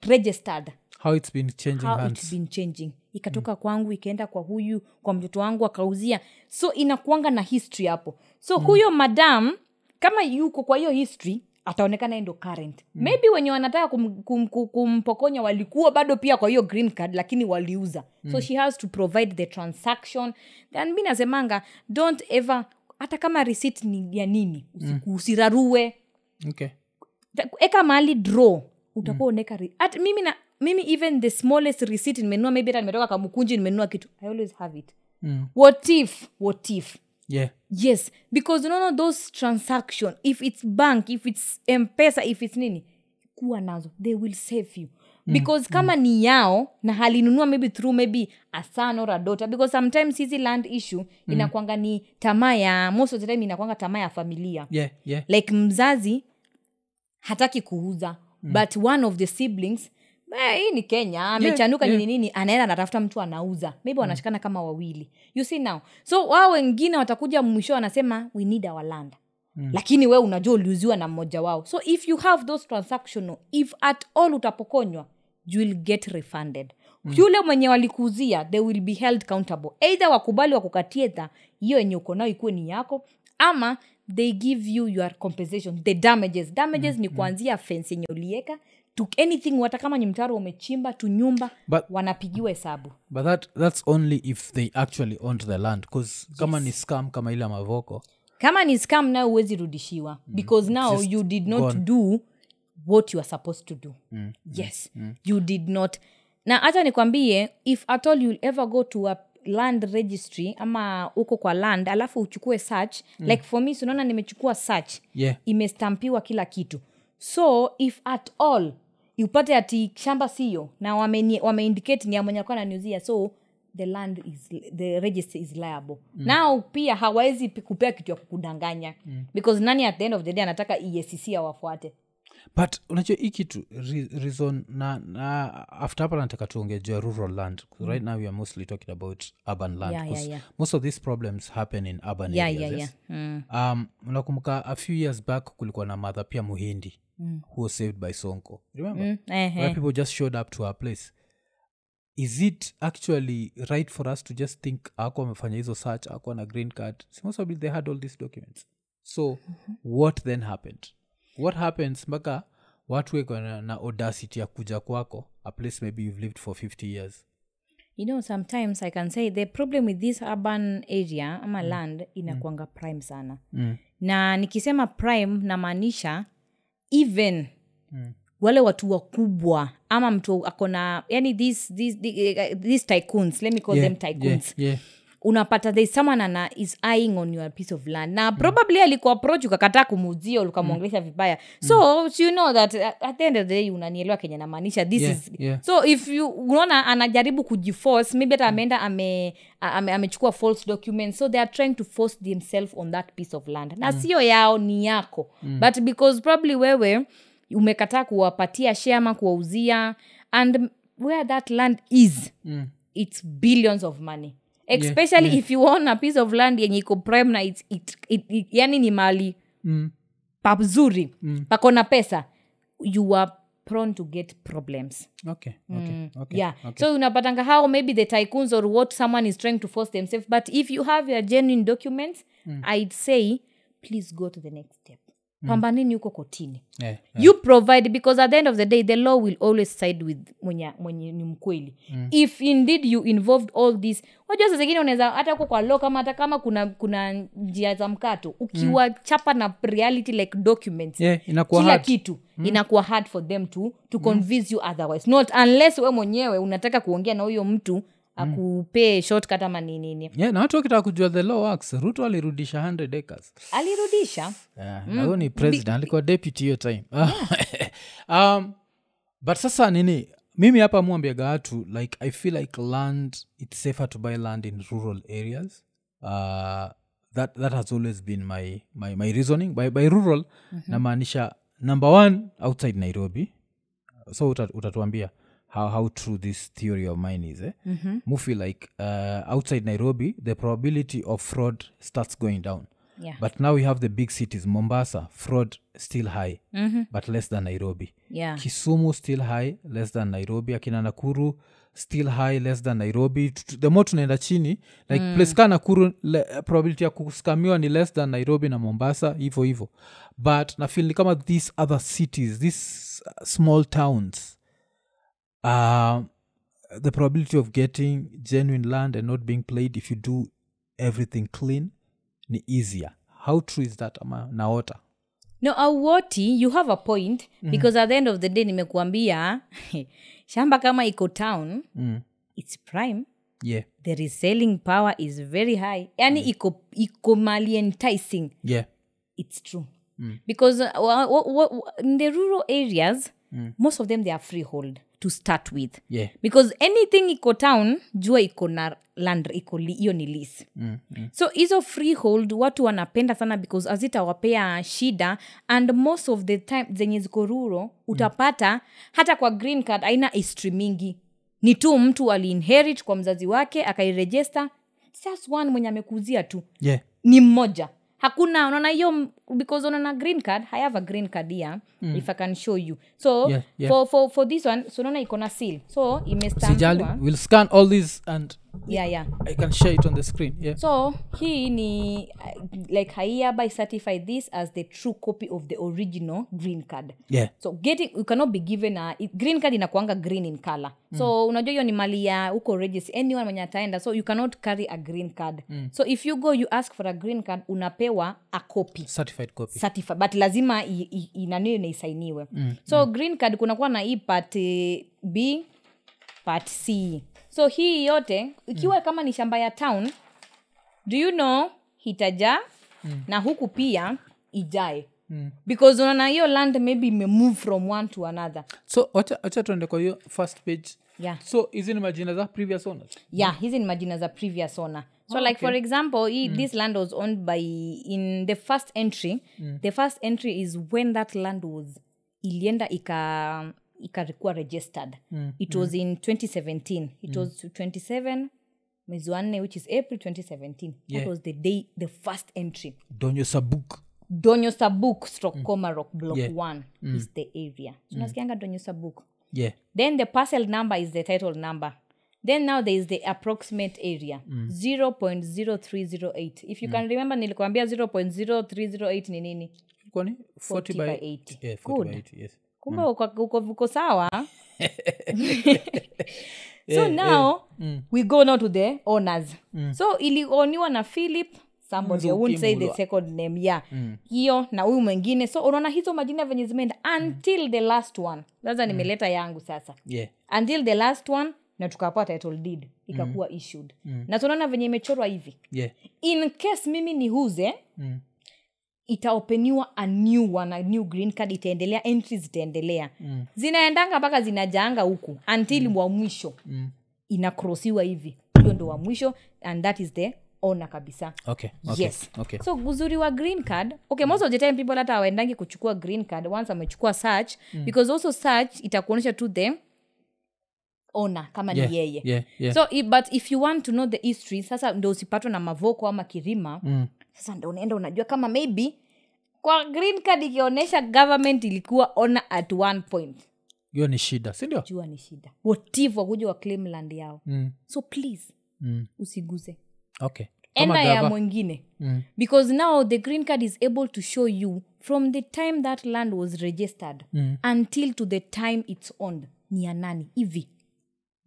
[SPEAKER 2] registered
[SPEAKER 1] how it's been changing
[SPEAKER 2] how it's
[SPEAKER 1] hands
[SPEAKER 2] been changing ikatoka mm. kwangu ikaenda kwa huyu kwa mtoto wangu akauzia so inakuanga na history hapo so mm. huyo madam kama yuko kwa hiyo history ataonekana yeye ndo current mm. maybe wenye wanataka kum, kum, kum, kumpokonya walikuwa bado pia kwa hiyo green card lakini waliuza mm. so she has to provide the transaction then mi nasemanga don't ever hata kama receipt ni ya nini usiku- usirarue
[SPEAKER 1] okay
[SPEAKER 2] Ta- eka mahali draw utakuwa uneka re- at mimi na mimi even the smallest receipt nimenunua maybe hata nimetoka kamukunji nimenunua kitu i always have it
[SPEAKER 1] Mm.
[SPEAKER 2] what if what if
[SPEAKER 1] yeah
[SPEAKER 2] yes because unaona those transaction if its bank if its mpesa if its nini kuwa nazo they will save you because kama ni yao na halinunua maybe through maybe a son or a daughter because sometimes hizi land issue inakwanga ni tamaa ya most of the time inakwanga tamaa ya familia
[SPEAKER 1] yeah yeah
[SPEAKER 2] like mzazi hataki kuuza mm. but one of the siblings "Eh, hii ni kenya amechanuka
[SPEAKER 1] yeah. Mm.
[SPEAKER 2] nini nini anaenda anatafuta mtu anauza maybe wanashikana kama wawili you see now so wao wengine watakuja mwisho wanasema we need our land Mm. lakini we unajua uliuziwa na mmoja wao so if you have those transactional if at all utapokonywa you will get refunded mm. yule mwenye walikuuzia they will be held countable either wakubali wakukatie tha hiyo yenye uko nayo ikuwe ni yako ama they give you your compensation the damages damages mm. ni kuanzia fence yenye ulieka to anything hata kama ni mtaro umechimba tu nyumba
[SPEAKER 1] But-
[SPEAKER 2] wanapigiwa hesabu
[SPEAKER 1] but that that's only if they actually owned the land because kama ni scam kama ile ya mavoko
[SPEAKER 2] kama ni scam nayo huwezi rudishiwa because now
[SPEAKER 1] Just
[SPEAKER 2] you did not
[SPEAKER 1] gone.
[SPEAKER 2] do what you are supposed to do mm. yes mm. you did not na hata nikwambie if at all you'll ever go to a land registry ama uko kwa land alafu uchukue search mm. like for me sinaona nimechukua search
[SPEAKER 1] yeah
[SPEAKER 2] imestampiwa kila kitu so if at all upate ati shamba siyo na wameindicate wame indicate ni ya mwenye alikuwa ananiuzia so the land is the register is liable mm. nao pia hawawezi pi- kupea kitu ya kukudanganya mm. because nani at the end of the day anataka E EACC awafuate
[SPEAKER 1] but unajua hii kitu re- reason na, na after hapa nataka tuonge juu ya rural land 'Cause right now we are mostly talking about urban land
[SPEAKER 2] Mm. Yeah, yeah,
[SPEAKER 1] 'cause
[SPEAKER 2] yeah.
[SPEAKER 1] most of these problems happen in urban
[SPEAKER 2] yeah,
[SPEAKER 1] areas
[SPEAKER 2] yeah,
[SPEAKER 1] yes?
[SPEAKER 2] yeah. Mm.
[SPEAKER 1] um unakumbuka a few years back kulikuwa na madha pia muhindi mm. who was saved by sonko remember
[SPEAKER 2] Mm, ehe.
[SPEAKER 1] where people just showed up to our place is it actually right for us to just think ako amefanya hizo search ako na green card So most probably
[SPEAKER 2] Mm-hmm.
[SPEAKER 1] they had all these documents so what then happened what happens mpaka watu weko na, na audacity ya kuja kwako a place maybe you've lived for 50 years
[SPEAKER 2] you know sometimes i can say the problem with this urban area ama land inakuanga prime sana
[SPEAKER 1] mm.
[SPEAKER 2] na nikisema prime namaanisha even
[SPEAKER 1] Mm.
[SPEAKER 2] wale watu wakubwa ama mtu akona yani these, these, the- eh, these tycoons let me call them tycoons
[SPEAKER 1] yeah, yeah.
[SPEAKER 2] unapata there is someone ana is eyeing on your piece of land
[SPEAKER 1] Mm.
[SPEAKER 2] na probably alikuapproach ukakataa kumuuzia ukamwongelesha vibaya so
[SPEAKER 1] Mm.
[SPEAKER 2] you know that uh, at the end of the day unanielewa kenye namaanisha this
[SPEAKER 1] Yeah,
[SPEAKER 2] is
[SPEAKER 1] yeah.
[SPEAKER 2] so if you unaona anajaribu kujiforce maybe hata ameenda ame, a- ame, amechukua false documents so they are trying to force themselves on that piece of land na
[SPEAKER 1] Mm.
[SPEAKER 2] sio yao ni yako but because probably wewe umekataa kuwapatia share ama kuwauzia and where that land is
[SPEAKER 1] Mm.
[SPEAKER 2] it's billions of money especially yeah, yeah. if you own a piece of land yenye iko prime na it, it, it, it, yani ni mali
[SPEAKER 1] Mm.
[SPEAKER 2] pazuri
[SPEAKER 1] Mm.
[SPEAKER 2] pako na pesa you are prone to get problems
[SPEAKER 1] okay okay okay
[SPEAKER 2] Mm. yeah
[SPEAKER 1] okay.
[SPEAKER 2] so unapatanga how maybe the tycoons or what someone is trying to force themselves but if you have your genuine documents
[SPEAKER 1] Mm.
[SPEAKER 2] i'd say please go to the next step pambaneni huko kotini
[SPEAKER 1] yeah, yeah.
[SPEAKER 2] you provide because at the end of the day the law will always side with mwenye, mwenye ni mkweli mm. if indeed you involved all this wajua saa zingine unaweza hata huko kwa law kama hata kama kuna kuna njia za mkato ukiwachapa mm. na reality like documents
[SPEAKER 1] yeah inakuwa
[SPEAKER 2] kila
[SPEAKER 1] hard.
[SPEAKER 2] kitu mm. inakuwa hard for them to to convince you otherwise not unless we mwenyewe unataka kuongea na huyo mtu akupee shortcut ama ninini
[SPEAKER 1] yeah na watu wakitaka kujua the law works ruto alirudisha 100 acres
[SPEAKER 2] alirudisha
[SPEAKER 1] yeah, na huyo ni president alikuwa deputy hiyo time um, but sasa nini mimi hapa mwambiaga watu like i feel like land its safer to buy land in rural areas uh, that, that has always been my, my, my reasoning by, by rural mm-hmm. namaanisha number one outside nairobi so utat, utatuambia how, how true this theory of mine is eh? mm-hmm. mufi like uh, outside nairobi the probability of fraud starts going down
[SPEAKER 2] yeah
[SPEAKER 1] but now we have the big cities mombasa fraud still high
[SPEAKER 2] Mhm.
[SPEAKER 1] but less than nairobi
[SPEAKER 2] yeah
[SPEAKER 1] kisumu still high less than nairobi akina nakuru still high less than nairobi T- the more tunaenda chini like mm. place ka nakuru le, probability ya kuskamiwa ni less than nairobi na mombasa hivo hivo but nafil ni kama these other cities these uh, small towns um, the probability of getting genuine land and not being played if you do everything clean ni easier how true is that ama naota
[SPEAKER 2] no auoti you have a point mm. because at the end of the day nimekuambia shamba kama iko town
[SPEAKER 1] mm.
[SPEAKER 2] its prime
[SPEAKER 1] yeah
[SPEAKER 2] the reselling power is very high yani mm. iko iko mali enticing
[SPEAKER 1] yeah
[SPEAKER 2] it's true mm. because uh, wa, wa, wa, in the rural areas mm. most of them they are freehold to start with
[SPEAKER 1] yeah
[SPEAKER 2] because anything iko town jua iko na land iko li- hiyo ni lease
[SPEAKER 1] mm. Mm.
[SPEAKER 2] so hizo freehold watu wanapenda sana because hazitawapea shida and most of the time zenye ziko ruro utapata hata kwa green card aina history mingi ni tu mtu aliinherit kwa mzazi wake akairejesta just one mwenye amekuuzia tu
[SPEAKER 1] yeah
[SPEAKER 2] ni mmoja hakuna unaona hiyo m- because unaona green card i have a green card here mm. if i can show you so
[SPEAKER 1] Yeah, yeah.
[SPEAKER 2] For, for, for this one so unaona iko na seal so
[SPEAKER 1] sijali
[SPEAKER 2] imestambiwa
[SPEAKER 1] we'll scan all these and
[SPEAKER 2] yeah, yeah.
[SPEAKER 1] i can share it on the screen yeah
[SPEAKER 2] so hii ni uh, like i hereby certify this as the true copy of the original green card
[SPEAKER 1] yeah
[SPEAKER 2] so getting you cannot be given a i- green card inakuanga green in color so unajua hiyo ni mali ya huko regis anyone mwenye ataenda so you cannot carry a green card mm. so if you go you ask for a green card unapewa a copy
[SPEAKER 1] certified copy
[SPEAKER 2] certified but lazima i- i- inaniwe na isainiwe mm, so mm. green card kunakuwa na hii part eh, b part c so hii yote ikiwa mm. kama ni shamba ya town do you know itajaa mm. na huku pia ijae mm. because unaona hiyo land maybe imemove from one to another
[SPEAKER 1] so wacha wacha tuende kwa hiyo first page
[SPEAKER 2] yeah
[SPEAKER 1] so hizi ni majina za previous owners
[SPEAKER 2] yeah hizi ni majina za previous owner so oh, like okay. for example i, mm. this land was owned by in the first entry mm. the first entry is when that land was ilienda ika ikarikuwa registered mm. it was mm. in 2017 it mm. was 27 mwezi wa nne which is april 2017
[SPEAKER 1] Yeah.
[SPEAKER 2] that was the day the first entry
[SPEAKER 1] donyo sabuk
[SPEAKER 2] donyo sabuk stroke mm. comarok block
[SPEAKER 1] Yeah.
[SPEAKER 2] 1 is the area so mm. nasikianga donyo sabuk
[SPEAKER 1] yeah
[SPEAKER 2] then the parcel number is the title number then now there is the approximate area mm. 0.0308 if you mm. can remember nilikwambia 0.0308 ni nini
[SPEAKER 1] kwani 40 by
[SPEAKER 2] 40 by 80.
[SPEAKER 1] yeah, 40 by
[SPEAKER 2] Good.
[SPEAKER 1] 80, yes
[SPEAKER 2] kumbe uko, uko, uko sawa so now
[SPEAKER 1] Mm.
[SPEAKER 2] we go now to the owners so ilioniwa na philip somebody I won't say the
[SPEAKER 1] Nzukimlwa.
[SPEAKER 2] second name yeah hiyo na huyu mwingine so unaona hizo majina venye zimeenda until the last one sasa nimeleta yangu sasa
[SPEAKER 1] yeah
[SPEAKER 2] until the last one na tukapata title deed ikakuwa issued na tunaona venye imechorwa hivi
[SPEAKER 1] yeah
[SPEAKER 2] in case mimi nihuze
[SPEAKER 1] mm.
[SPEAKER 2] itaopeniwa a new one a new green card itaendelea entry zitaendelea mm. zinaendanga mpaka zinajaanga huku until mm. wa mwisho
[SPEAKER 1] Mm.
[SPEAKER 2] inakrosiwa hivi hiyo ndo wa mwisho and that is the ona kabisa
[SPEAKER 1] okay okay
[SPEAKER 2] yes
[SPEAKER 1] okay
[SPEAKER 2] so uzuri wa green card okay most of the time people hata awaendangi kuchukua green card once amechukua search mm. because also search itakuonyesha tu the ona kama
[SPEAKER 1] yeah
[SPEAKER 2] ni yeye
[SPEAKER 1] yeah yeah
[SPEAKER 2] so i- but if you want to know the history sasa ndo usipatwe na mavoko ama kirima
[SPEAKER 1] Mm.
[SPEAKER 2] sasa ndo unaenda unajua kama maybe kwa green card ikionyesha government ilikuwa ona at one point
[SPEAKER 1] hiyo ni shida sindio
[SPEAKER 2] jua ni shida wativu wakuja wa claim land yao
[SPEAKER 1] mm.
[SPEAKER 2] so please
[SPEAKER 1] mm.
[SPEAKER 2] usiguze
[SPEAKER 1] okay Kama
[SPEAKER 2] enda ya
[SPEAKER 1] gava-
[SPEAKER 2] mwingine
[SPEAKER 1] Mm.
[SPEAKER 2] because now the green card is able to show you from the time that land was registered
[SPEAKER 1] Mm.
[SPEAKER 2] until to the time it's owned ni ya nani hivi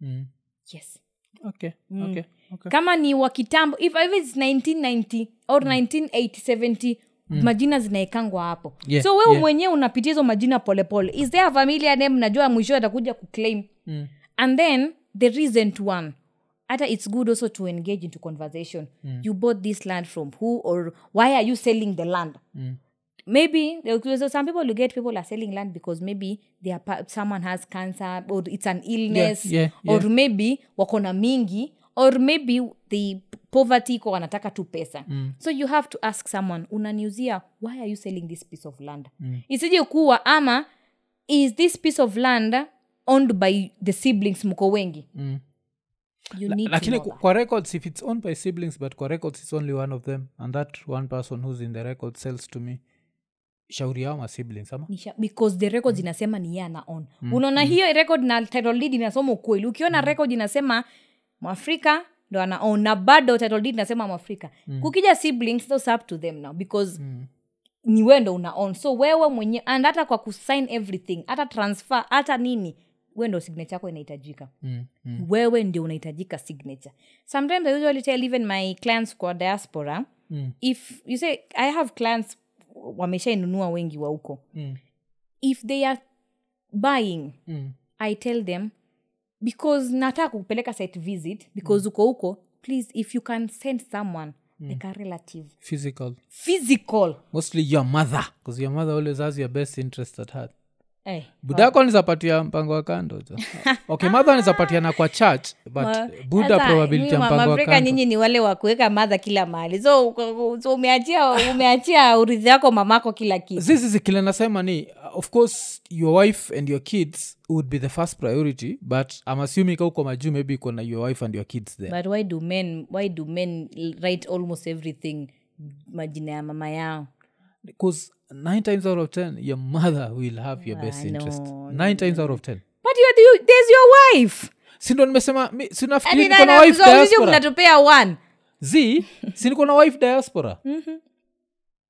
[SPEAKER 1] Mm.
[SPEAKER 2] yes
[SPEAKER 1] okay
[SPEAKER 2] Mm.
[SPEAKER 1] okay okay Mm.
[SPEAKER 2] kama ni wa kitambo if, if it's 1990 or 1970 majina zinaekangwa hapo
[SPEAKER 1] Yeah,
[SPEAKER 2] so wewe
[SPEAKER 1] yeah.
[SPEAKER 2] mwenyewe unapitia hizo majina polepole is there a familia name najua mwisho atakuja kuclaim
[SPEAKER 1] Mm.
[SPEAKER 2] and then the recent one hata it's good also to engage into conversation
[SPEAKER 1] Mm.
[SPEAKER 2] you bought this land from who or why are you selling the land
[SPEAKER 1] Mm.
[SPEAKER 2] maybe there will- so some people you get people are selling land because maybe they are, pa- someone has cancer or it's an illness
[SPEAKER 1] yeah,
[SPEAKER 2] or
[SPEAKER 1] yeah.
[SPEAKER 2] maybe wako na mingi or maybe the poverty iko wanataka tu pesa mm. so you have to ask someone unaniuzia why are you selling this piece of land mm. isije kuwa ama is this piece of land owned by the siblings mko wengi
[SPEAKER 1] Mm.
[SPEAKER 2] you
[SPEAKER 1] La-
[SPEAKER 2] need to
[SPEAKER 1] lakini
[SPEAKER 2] know
[SPEAKER 1] kwa records if it's owned by siblings but kwa records it's only one of them and that one person who's in the record sells to me shauri yao ma siblings ama
[SPEAKER 2] Nisha, because the records inasema ni yeye ana on mm. unaona hiyo record na title deed inasoma ukweli ukiona record inasema mwafrika ndo ana on na bado title deed inasema mwafrika
[SPEAKER 1] Mm.
[SPEAKER 2] kukija siblings those up to them now because ni wewe ndo una on so wewe mwenye and hata kwa kusign everything hata transfer hata nini wewe ndo signature yako inahitajika
[SPEAKER 1] mm. Mm.
[SPEAKER 2] wewe ndio unahitajika signature sometimes i usually tell even my clients kwa diaspora
[SPEAKER 1] Mm.
[SPEAKER 2] if you say i have clients wameshainunua wengi wa huko
[SPEAKER 1] Mm.
[SPEAKER 2] if they are buying
[SPEAKER 1] Mm.
[SPEAKER 2] i tell them because nataka kupeleka site visit because
[SPEAKER 1] Mm.
[SPEAKER 2] uko huko please if you can send someone like a relative
[SPEAKER 1] physical
[SPEAKER 2] physical
[SPEAKER 1] mostly your mother because your mother always has your best interest at heart
[SPEAKER 2] eh,
[SPEAKER 1] budako nizapatia mpango wa kando tu. okay mother nizapatiana kwa church but
[SPEAKER 2] Ma-
[SPEAKER 1] buddha
[SPEAKER 2] sasa,
[SPEAKER 1] probability ya
[SPEAKER 2] nyinyi
[SPEAKER 1] mpango wa
[SPEAKER 2] Maafrika
[SPEAKER 1] kando
[SPEAKER 2] nyinyi ni wale wa kuweka madha kila mahali so, uko- so umeachia umeachia urithi wako mamako kila kitu
[SPEAKER 1] this is kile nasema ni uh, of course your wife and your kids would be the first priority but i'm assuming kauko majuu maybe iko na your wife and your kids there
[SPEAKER 2] but why do men why do men write almost everything majina ya mama yao
[SPEAKER 1] because nine times out of ten your mother will have your best
[SPEAKER 2] I know,
[SPEAKER 1] interest nine times out of ten
[SPEAKER 2] but you, you, there's your wife
[SPEAKER 1] sindo nimesema mi- si nafikiri
[SPEAKER 2] Ati
[SPEAKER 1] niko na
[SPEAKER 2] na-
[SPEAKER 1] wife
[SPEAKER 2] so sisi
[SPEAKER 1] diaspora.
[SPEAKER 2] mnatupea one
[SPEAKER 1] z siniko na wife diaspora
[SPEAKER 2] Mhm.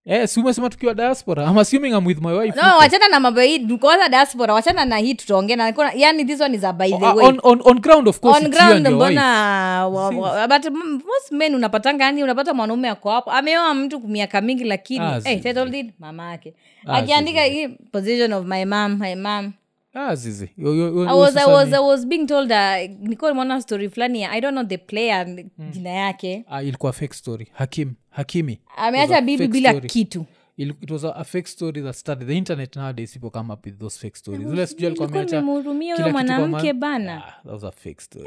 [SPEAKER 1] Eh, si umesema tukiwa diaspora i'm assuming i'm with my wife
[SPEAKER 2] no wachana na mambo hii kwanza diaspora wachana na hii tutaongea na kuna- yani this one is a by the
[SPEAKER 1] Ah,
[SPEAKER 2] way
[SPEAKER 1] on, on, on ground of course
[SPEAKER 2] on
[SPEAKER 1] it's you and
[SPEAKER 2] ground
[SPEAKER 1] your wife.
[SPEAKER 2] mbona wa- wa- but m- most men unapatanga yani unapata mwanaume ako hapo ameoa mtu miaka mingi lakini
[SPEAKER 1] Ah,
[SPEAKER 2] ah,
[SPEAKER 1] zi-
[SPEAKER 2] hey, title deed mama yake
[SPEAKER 1] Ah,
[SPEAKER 2] akiandika hii position of my mam my mam
[SPEAKER 1] Ah, zizi. Yo- yo- yo-
[SPEAKER 2] I was, I
[SPEAKER 1] sasa
[SPEAKER 2] was,
[SPEAKER 1] ni-
[SPEAKER 2] I was being told uh, nikuwa nimeona story fulani ya i don't know the player
[SPEAKER 1] Hmm.
[SPEAKER 2] jina yake
[SPEAKER 1] Ah, ilikuwa fake story hakim hakimi
[SPEAKER 2] ameacha bibi
[SPEAKER 1] fake
[SPEAKER 2] bila
[SPEAKER 1] story.
[SPEAKER 2] kitu
[SPEAKER 1] Il- it was a, a fake story that started the internet nowadays people come up with those fake stories zile sijui alikuwa
[SPEAKER 2] ilikuwa
[SPEAKER 1] ameacha
[SPEAKER 2] nimehurumia
[SPEAKER 1] kila
[SPEAKER 2] huyo
[SPEAKER 1] kitu kwa
[SPEAKER 2] mwanamke
[SPEAKER 1] ma-
[SPEAKER 2] bana
[SPEAKER 1] Ah, that was a fake story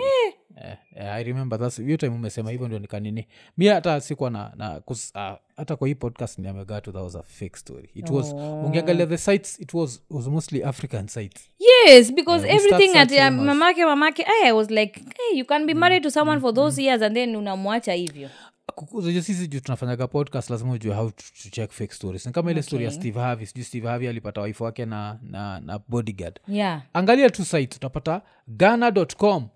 [SPEAKER 1] Eh, eh, i remember that's hiyo time umesema hivyo ndio nikanini mi hata sikuwa na, na kus, ah, hata kwa hii podcast niamegatu that was a fake story it was
[SPEAKER 2] Oh.
[SPEAKER 1] ungeangalia the sites it was, was mostly african sites
[SPEAKER 2] yes because
[SPEAKER 1] Yeah, we start
[SPEAKER 2] everything at
[SPEAKER 1] such
[SPEAKER 2] ya
[SPEAKER 1] rumors.
[SPEAKER 2] mamake mamake eh, i was like hey, you can be married to someone for those years and then unamwacha hivyo
[SPEAKER 1] kukuzajo sisi juu tunafanyaga podcast lazima ujue how to, to check fake stories ni kama ile story ya steve harvey sijui steve harvey alipata waifu wake na, na, na bodyguard
[SPEAKER 2] yeah
[SPEAKER 1] angalia tu site utapata ghana.com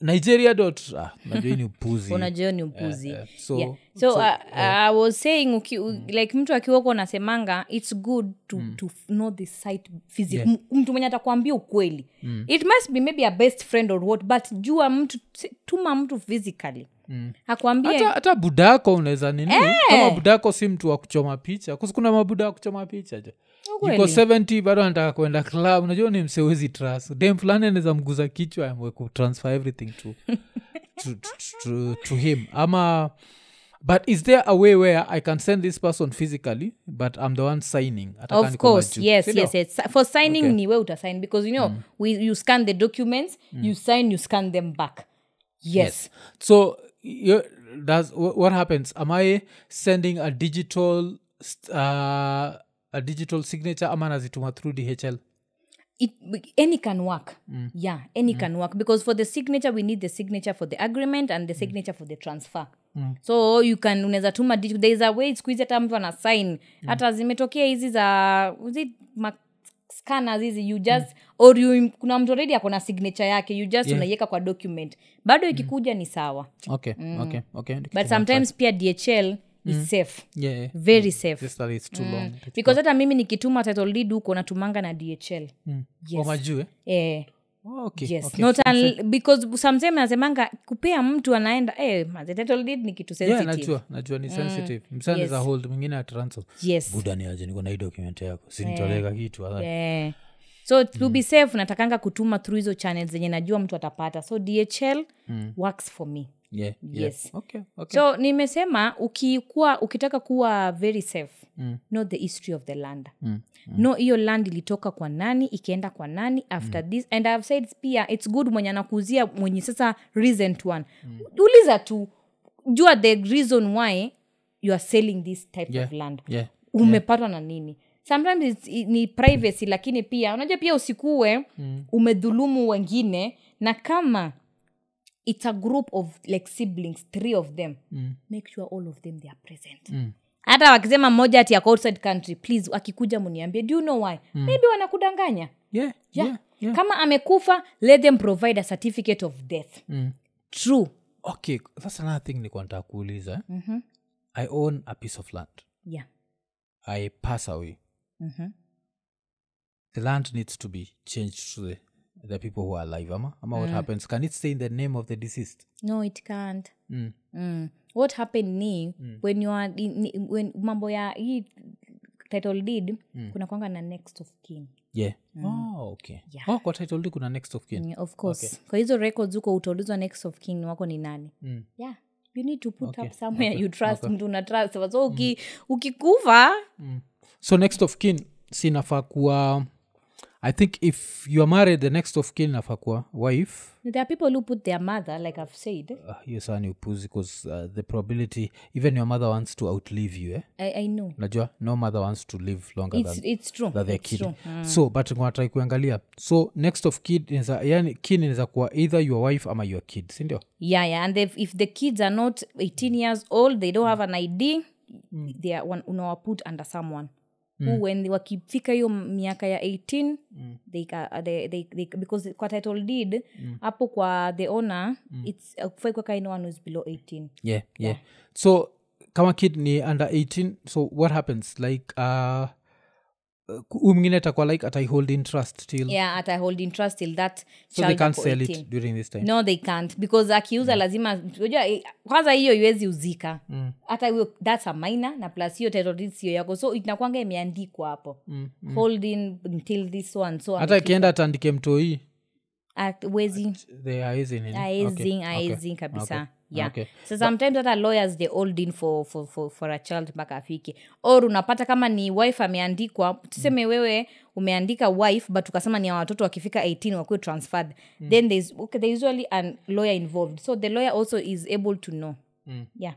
[SPEAKER 1] nigeria dot ah, najua hii ni upuzi
[SPEAKER 2] unajua ni upuzi
[SPEAKER 1] Eh, Mm. so
[SPEAKER 2] yeah. so, uh, i was saying uki, u, like mtu akiwako nasemanga its good to, mm. to f- know the site physi-
[SPEAKER 1] Yeah.
[SPEAKER 2] m- mtu mwenye atakwambia ukweli mm. it must be maybe a best friend or what but jua mtu se- tuma mtu physically mm.
[SPEAKER 1] hata,
[SPEAKER 2] akwambia
[SPEAKER 1] hata budako unaweza nini
[SPEAKER 2] Eh!
[SPEAKER 1] kama budako si mtu wa kuchoma picha kusi kuna mabuda wa kuchoma picha jo
[SPEAKER 2] kweli.
[SPEAKER 1] yuko 70 bado anataka kwenda club unajua ni msewezi trust dem fulani anaweza mguza kichwa amwe kutransfer everything to, to, to, to, to him ama but is there a way where i can send this person physically but i'm the one signing Hata kama
[SPEAKER 2] of
[SPEAKER 1] niko
[SPEAKER 2] course
[SPEAKER 1] majuu.
[SPEAKER 2] yes
[SPEAKER 1] Si ndio?
[SPEAKER 2] yes, yes Sa- for signing okay. ni we utasign because you know mm. we, you scan the documents mm. you sign you scan them back yes,
[SPEAKER 1] so you, does, wh- what happens am i sending a digital st- uh, a digital signature ama nazituma through dhl
[SPEAKER 2] it, any can work mm. yeah any mm. can work because for the signature we need the signature for the agreement and the signature mm. for the transfer mm. so you can unaweza tuma digi- there is a way squeeze hata mtu ana sign hata zimetokea hizi za was it ma- scanners hizi you just or you, kuna mtu already ako na signature yake you just yeah. Mm. unaiweka kwa document bado ikikuja ni sawa
[SPEAKER 1] okay okay okay
[SPEAKER 2] Mm. but sometimes pia dhl is safe
[SPEAKER 1] yeah, yeah. Mm.
[SPEAKER 2] very safe Mm.
[SPEAKER 1] Just that it's too Mm. long It-
[SPEAKER 2] because hata mimi nikituma title lead huko natumanga na dhl
[SPEAKER 1] mm.
[SPEAKER 2] yes.
[SPEAKER 1] Wamajuu, eh?
[SPEAKER 2] eh,
[SPEAKER 1] Oh, okay,
[SPEAKER 2] yes
[SPEAKER 1] okay.
[SPEAKER 2] not unl- because sometimes nasemanga kupea mtu anaenda eh, manze, title deed ni kitu
[SPEAKER 1] Yeah,
[SPEAKER 2] sensitive
[SPEAKER 1] najua najua ni sensitive msani
[SPEAKER 2] Mm. yes.
[SPEAKER 1] za hold mwingine atranso
[SPEAKER 2] yes
[SPEAKER 1] buda niaje niko na hii document yako sinitoleka kitu ala-
[SPEAKER 2] eh. so to
[SPEAKER 1] Mm.
[SPEAKER 2] be safe natakanga kutuma through hizo channels zenye najua mtu atapata so dhl works for me
[SPEAKER 1] Mm. yeah, yeah.
[SPEAKER 2] yes.
[SPEAKER 1] Okay, okay.
[SPEAKER 2] so nimesema ukikuwa ukitaka kuwa very safe mm. know the history of the land mm. no hiyo land ilitoka kwa nani ikienda kwa nani after mm. this and ihave said pia its good mwenye anakuuzia mwenye sasa recent one mm. uliza tu jua the reason why you are selling this type
[SPEAKER 1] Yeah,
[SPEAKER 2] of land
[SPEAKER 1] yeah.
[SPEAKER 2] umepatwa na nini sometimes it's, i- ni privacy lakini pia unajua pia usikuwe mm. umedhulumu wengine na kama it's a group of like siblings three of them mm. make sure all of them they are present mm hata wakisema mmoja ati ako outside country please akikuja muniambie do you know why mm. maybe wanakudanganya
[SPEAKER 1] Yeah,
[SPEAKER 2] yeah.
[SPEAKER 1] yeah, yeah.
[SPEAKER 2] kama amekufa let them provide a certificate of death
[SPEAKER 1] Mm.
[SPEAKER 2] true
[SPEAKER 1] okay that's another thing nilikuwa nataka kuuliza eh? i own a piece of land
[SPEAKER 2] yeah
[SPEAKER 1] i pass away
[SPEAKER 2] Mhm.
[SPEAKER 1] the land needs to be changed to the, the people who are alive ama ama
[SPEAKER 2] Mm.
[SPEAKER 1] what happens can it stay in the name of the deceased
[SPEAKER 2] no it can't
[SPEAKER 1] mm.
[SPEAKER 2] mm. what happened ni mm. when you are, in, in- when mambo ya hii title deed mm. kuna kwanga na next of kin
[SPEAKER 1] yeah oh okay
[SPEAKER 2] Mm. Yeah.
[SPEAKER 1] oh kwa title deed kuna next of kin
[SPEAKER 2] Mm, of course okay. kwa hizo records huko utaulizwa next of kin wako ni nani
[SPEAKER 1] Mm.
[SPEAKER 2] yeah you need to put
[SPEAKER 1] Okay,
[SPEAKER 2] up somewhere
[SPEAKER 1] okay,
[SPEAKER 2] you trust
[SPEAKER 1] okay. Mm-hmm.
[SPEAKER 2] mtu una trust so uki, ukikufa
[SPEAKER 1] so next of kin si nafaa kuwa i think if you are married the next of kin nafaa kuwa wife
[SPEAKER 2] there are people who put their mother like i've said
[SPEAKER 1] Ah, hiyo uh, saa ni upuzi bcause uh, the probability even your mother wants to outlive you eh?
[SPEAKER 2] i, I know
[SPEAKER 1] unajua no mother wants to live longer
[SPEAKER 2] it's,
[SPEAKER 1] than
[SPEAKER 2] it's true
[SPEAKER 1] that they're
[SPEAKER 2] it's
[SPEAKER 1] kid
[SPEAKER 2] true Mm.
[SPEAKER 1] so but wanatrai kuangalia so next of kid inaweza- yani kin inaweza kuwa either your wife ama your kid sindio
[SPEAKER 2] yeah yeah and if, if the kids are not 18 years old they don't have an id they are one, unawaput under someone
[SPEAKER 1] Mm.
[SPEAKER 2] who when they- wakifika hiyo miaka ya 18 they, ca- they, they, they, because kwa title deed
[SPEAKER 1] Mm.
[SPEAKER 2] hapo kwa the owner it's uh, kufai kuweka anyone who's below 18
[SPEAKER 1] yeah, yeah. so kama kid ni under 18 so what happens like uh, huyu mwingine atakuwa like ataihold interest till
[SPEAKER 2] yeah at a holding trust till that
[SPEAKER 1] Mm. so they
[SPEAKER 2] child
[SPEAKER 1] can't
[SPEAKER 2] ako
[SPEAKER 1] sell
[SPEAKER 2] 18.
[SPEAKER 1] it Mm. during this time
[SPEAKER 2] no they can't because akiuza lazima unajua eh, kwanza hiyo iwezi uzika hata hiyo that's a minor na plus hiyo title deed sio yako so inakwanga imeandikwa hapo mm. holding until this one so
[SPEAKER 1] Mm. hata akienda ataandike mtoii
[SPEAKER 2] act- wezi
[SPEAKER 1] they are easy nini? Okay,
[SPEAKER 2] aezing
[SPEAKER 1] okay,
[SPEAKER 2] aezing kabisa
[SPEAKER 1] okay,
[SPEAKER 2] yeah
[SPEAKER 1] okay.
[SPEAKER 2] so sometimes hata lawyers they hold in for, for, for, for a child mpaka afike or unapata kama ni wife ameandikwa tuseme
[SPEAKER 1] Mm.
[SPEAKER 2] wewe umeandika wife but ukasema ni ya watoto wakifika 18 wakuwe transferred
[SPEAKER 1] Mm.
[SPEAKER 2] then there's, okay, there's usually an lawyer involved so the lawyer also is able to know yeah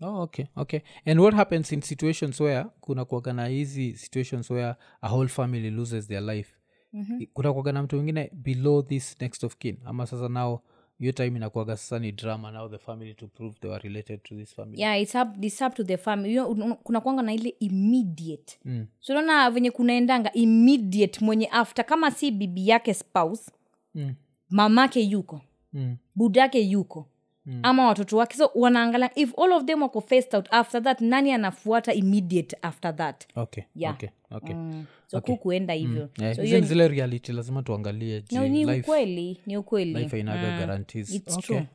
[SPEAKER 1] oh, okay okay and what happens in situations where kuna kuagana hizi situations where a whole family loses their life mm-hmm. kuna kuagana mtu mwingine below this next of kin ama sasa nao hiyo time inakuaga sasa ni drama now the family to prove they were related to this family
[SPEAKER 2] yeah it's up, it's up to the family you know, un- un- kuna kwanga na ile immediate mm. so unaona venye kunaendanga immediate mwenye after kama si bibi yake spouse mm. mamake yuko
[SPEAKER 1] mm,
[SPEAKER 2] budake yuko mm. ama watoto wake so wanaangalia if all of them wako faced out after that nani anafuata immediate after that
[SPEAKER 1] okay,
[SPEAKER 2] Yeah.
[SPEAKER 1] okay, okay.
[SPEAKER 2] mm. so
[SPEAKER 1] Okay.
[SPEAKER 2] okay. kuenda hivyo
[SPEAKER 1] Eh,
[SPEAKER 2] so
[SPEAKER 1] hizi
[SPEAKER 2] hiyo
[SPEAKER 1] ni zile reality lazima tuangalie
[SPEAKER 2] ni,
[SPEAKER 1] juu
[SPEAKER 2] ni
[SPEAKER 1] life-
[SPEAKER 2] ukweli ni ukweli Ah.
[SPEAKER 1] life hainaga guarantees
[SPEAKER 2] It's
[SPEAKER 1] okay.
[SPEAKER 2] true.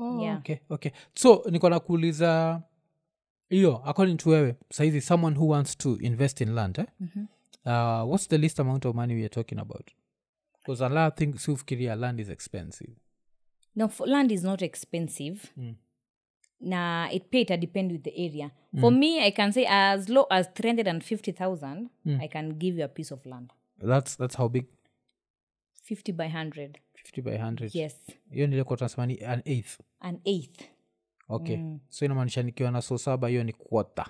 [SPEAKER 1] Oh,
[SPEAKER 2] Yeah.
[SPEAKER 1] okay, okay. so niko na kuuliza hiyo according to wewe saizi someone who wants to invest in land eh?
[SPEAKER 2] Mhm.
[SPEAKER 1] uh, what's the least amount of money weare talking about because a lot of things siufikiria land is expensive
[SPEAKER 2] no, f- land is not expensive
[SPEAKER 1] Mm.
[SPEAKER 2] na it pay itadepend with the area
[SPEAKER 1] Mm.
[SPEAKER 2] for me i can say as low as 350000
[SPEAKER 1] Mm.
[SPEAKER 2] i can give you a piece of land
[SPEAKER 1] that's, that's how big
[SPEAKER 2] 50 by 100
[SPEAKER 1] 50 by 100
[SPEAKER 2] yes
[SPEAKER 1] hiyo nilikuwa tunasema ni an eighth
[SPEAKER 2] an eighth
[SPEAKER 1] okay
[SPEAKER 2] Mm.
[SPEAKER 1] so inamaanisha nikiwa na so saba hiyo ni quota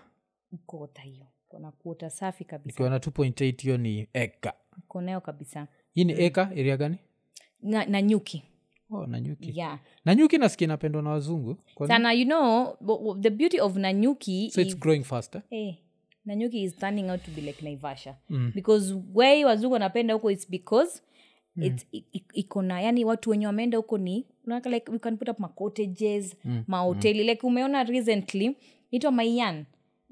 [SPEAKER 2] kota hiyo kona kuota safi kabisa
[SPEAKER 1] nikiwa na 2.8 hiyo ni eka
[SPEAKER 2] koneo kabisa
[SPEAKER 1] hii ni eka area gani
[SPEAKER 2] na, na nyuki
[SPEAKER 1] oh, nanyuki
[SPEAKER 2] yeah
[SPEAKER 1] nanyuki nasikia inapendwa na wazungu Kwa nini?
[SPEAKER 2] sana you know w- w- the beauty of nanyuki
[SPEAKER 1] so
[SPEAKER 2] is-
[SPEAKER 1] its growing faster
[SPEAKER 2] Eh, nanyuki is turning out to be like naivasha
[SPEAKER 1] Mm.
[SPEAKER 2] because why wazungu wanapenda huko its because
[SPEAKER 1] Hmm.
[SPEAKER 2] it's- i- i- iko na yani watu wenye wameenda huko ni unaka like we can put up macottages
[SPEAKER 1] Hmm.
[SPEAKER 2] mm. mahoteli mm. like umeona recently itwa maian
[SPEAKER 1] Hmm.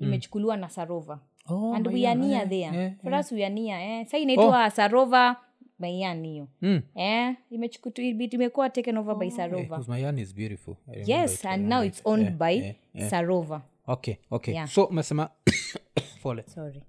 [SPEAKER 2] imechukuliwa na sarova
[SPEAKER 1] Oh,
[SPEAKER 2] and we
[SPEAKER 1] Mayan,
[SPEAKER 2] are near
[SPEAKER 1] eh,
[SPEAKER 2] there
[SPEAKER 1] eh, Oh.
[SPEAKER 2] for us we are near eh. sa inaitwa sarova maian hiyo
[SPEAKER 1] Mm.
[SPEAKER 2] eh, imechuku- it- imekuwa taken over by
[SPEAKER 1] Eh,
[SPEAKER 2] sarova
[SPEAKER 1] 'cause Mayan is beautiful. I remember
[SPEAKER 2] yes
[SPEAKER 1] it, I
[SPEAKER 2] and
[SPEAKER 1] remember
[SPEAKER 2] now
[SPEAKER 1] it.
[SPEAKER 2] it's owned
[SPEAKER 1] Eh,
[SPEAKER 2] by
[SPEAKER 1] eh, eh.
[SPEAKER 2] sarova
[SPEAKER 1] okay okay
[SPEAKER 2] Yeah.
[SPEAKER 1] so umesema pole
[SPEAKER 2] sorry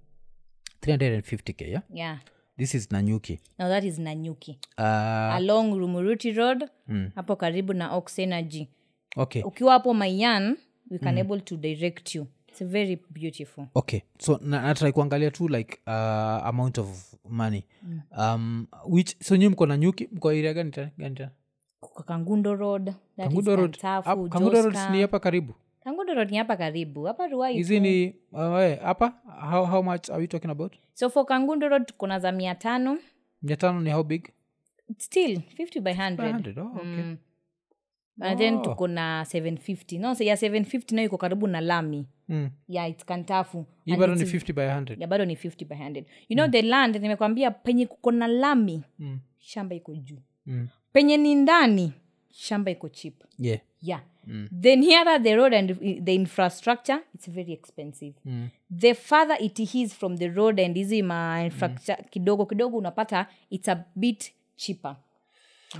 [SPEAKER 1] 350k yeah?
[SPEAKER 2] yeah
[SPEAKER 1] this is nanyuki
[SPEAKER 2] now that is nanyuki
[SPEAKER 1] uh,
[SPEAKER 2] along rumuruti road
[SPEAKER 1] Hmm.
[SPEAKER 2] hapo karibu na ox energy
[SPEAKER 1] okay
[SPEAKER 2] ukiwa hapo mayan we can
[SPEAKER 1] Hmm.
[SPEAKER 2] able to direct you its very beautiful
[SPEAKER 1] okay so na- natrai kuangalia tu like uh, amount of money
[SPEAKER 2] Hmm.
[SPEAKER 1] um, which so nyi mko na nyuki mko area gani tena- gani tena
[SPEAKER 2] Kuka kangundo road that is
[SPEAKER 1] kangudo road
[SPEAKER 2] Kantafu,
[SPEAKER 1] Hap- Kangundo road
[SPEAKER 2] Joska.
[SPEAKER 1] ni hapa karibu
[SPEAKER 2] kangundo road ni hapa karibu hapa ruai
[SPEAKER 1] hizi ni uh, eh, hapa how, how much are we talking about
[SPEAKER 2] so for kangundo road tuko na za mia tano
[SPEAKER 1] mia tano ni how big
[SPEAKER 2] still 50 by 100
[SPEAKER 1] 100 oh, okay.
[SPEAKER 2] Hmm. and then
[SPEAKER 1] Oh.
[SPEAKER 2] tuko na 750 no so ya 750 nayo iko karibu na lami
[SPEAKER 1] mm.
[SPEAKER 2] ya yeah, its kantafu
[SPEAKER 1] hii
[SPEAKER 2] And
[SPEAKER 1] bado ni Mm.
[SPEAKER 2] it's-
[SPEAKER 1] 50 by 100
[SPEAKER 2] ya bado ni 50 by 100 you know the land nimekwambia penye kuko na lami
[SPEAKER 1] mm.
[SPEAKER 2] shamba iko juu
[SPEAKER 1] Mm.
[SPEAKER 2] penye ni ndani shamba iko cheap
[SPEAKER 1] yeah
[SPEAKER 2] yeah mm. the nearer the road and i- the infrastructure it's very expensive
[SPEAKER 1] Mm.
[SPEAKER 2] the further it is from the road and hizi ma infrastructure kidogo kidogo unapata it's a bit cheaper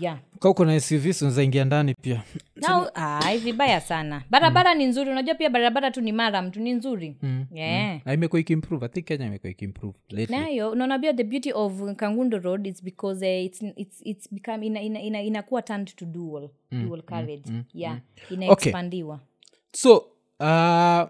[SPEAKER 2] yeah
[SPEAKER 1] ka uko na suv sunzaingia ndani pia
[SPEAKER 2] now ah, vibaya sana barabara ni nzuri unajua pia barabara tu ni mara mtu ni nzuri
[SPEAKER 1] Mm,
[SPEAKER 2] yeah
[SPEAKER 1] na imekuwa ikiimprove i think kenya imekuwa ikiimprove lately.
[SPEAKER 2] nayo naonabia the beauty of kangundo road is because uh, it's, it's, it's become ina, ina, ina, inakuwa turned to dual, mm, dual carriage mm, yeah mm. inaexpandiwa okay.
[SPEAKER 1] so uh,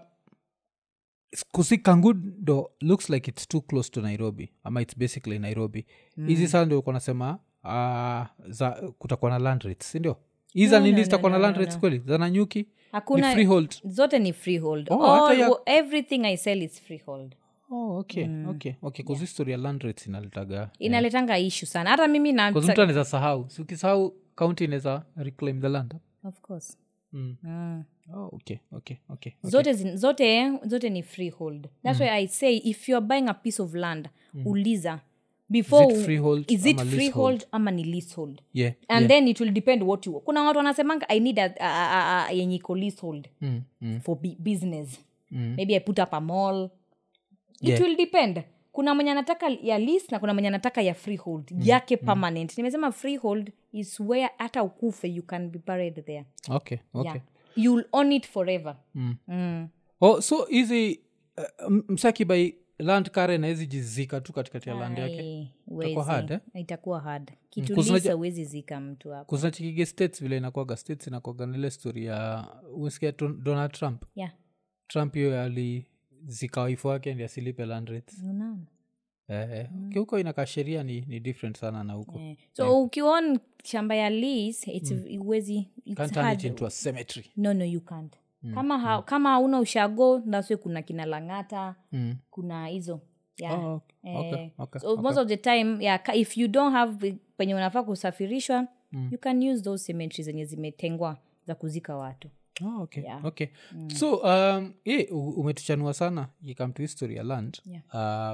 [SPEAKER 1] kusi kangudo looks like it's too close to nairobi ama it's basically nairobi hizi mm. saa ndio uko nasema uh, za kutakuwa na land rates sindio hiza no, nini
[SPEAKER 2] no,
[SPEAKER 1] zitakuwa
[SPEAKER 2] no,
[SPEAKER 1] na
[SPEAKER 2] no,
[SPEAKER 1] land rates kweli za nanyuki ni
[SPEAKER 2] Hakuna-
[SPEAKER 1] freehold
[SPEAKER 2] zote ni freehold
[SPEAKER 1] Oh,
[SPEAKER 2] All-
[SPEAKER 1] hata ya-
[SPEAKER 2] everything i sell is freehold
[SPEAKER 1] oh, okay mm. okay okay yeah. story ya land rates inalitaga
[SPEAKER 2] inaletanga issue sana hata mimi na
[SPEAKER 1] bcause mtu anaweza sahau si ukisahau kaunti inaweza reclaim the land
[SPEAKER 2] of course
[SPEAKER 1] mm.
[SPEAKER 2] mm.
[SPEAKER 1] oh, okay okay okay
[SPEAKER 2] zote, zin- zote eh, zote ni freehold thats mm. why i say if youare buying a piece of land mm. uliza before
[SPEAKER 1] Is it freehold
[SPEAKER 2] is it
[SPEAKER 1] ama leasehold?
[SPEAKER 2] freehold ama ni leasehold
[SPEAKER 1] yeah
[SPEAKER 2] and yeah. then it will depend what you kuna watu wanasemanga i need a, a, a, a yenye iko leasehold
[SPEAKER 1] mm, mm.
[SPEAKER 2] for bu- business
[SPEAKER 1] Mm.
[SPEAKER 2] maybe i put up a mall it
[SPEAKER 1] Yeah.
[SPEAKER 2] will depend kuna mwenye anataka ya lease na kuna mwenye anataka ya freehold mm. yake permanent nimesema freehold is where hata ukufe you can be buried there
[SPEAKER 1] okay okay
[SPEAKER 2] yeah. youll own it forever
[SPEAKER 1] Mm.
[SPEAKER 2] Mm.
[SPEAKER 1] oh so hizi uh, m- msaki by land kare naezi jizika tu katikati ya land yake
[SPEAKER 2] Ai, huwezi.
[SPEAKER 1] Itakuwa hard, eh?
[SPEAKER 2] itakuwa hard
[SPEAKER 1] Mm,
[SPEAKER 2] kitu
[SPEAKER 1] kuzi
[SPEAKER 2] lease
[SPEAKER 1] unajua-
[SPEAKER 2] huwezi zika mtu hapo
[SPEAKER 1] kuzinachikige states vile inakwaga states inakwaga nile story ya umesikia Don- donald trump
[SPEAKER 2] yeah.
[SPEAKER 1] trump hiyo alizika waifu wake ndi asilipe land rates
[SPEAKER 2] unaona
[SPEAKER 1] eh, eh. Okay, huko inaka sheria ni, ni different sana na huko
[SPEAKER 2] Eh, so Mm. yeah. ukion shamba ya lease it's huwezi- it's
[SPEAKER 1] Mm. Can't turn it
[SPEAKER 2] hard.
[SPEAKER 1] into a Mm, cemetery
[SPEAKER 2] no no you can't kama ha, kama hauna ushago ndaswe kuna kina langata
[SPEAKER 1] mm.
[SPEAKER 2] kuna hizo yeah.
[SPEAKER 1] oh, okay, okay,
[SPEAKER 2] Eh,
[SPEAKER 1] okay,
[SPEAKER 2] so most of the time yeah, ka- if you don't have penye unafaa kusafirishwa
[SPEAKER 1] Mm.
[SPEAKER 2] you can use those cemetery zenye zimetengwa za kuzika watu Mm.
[SPEAKER 1] Oh, okay,
[SPEAKER 2] Yeah.
[SPEAKER 1] okay. so um, ye, u- umetuchanua sana ikam to history ya land
[SPEAKER 2] Yeah.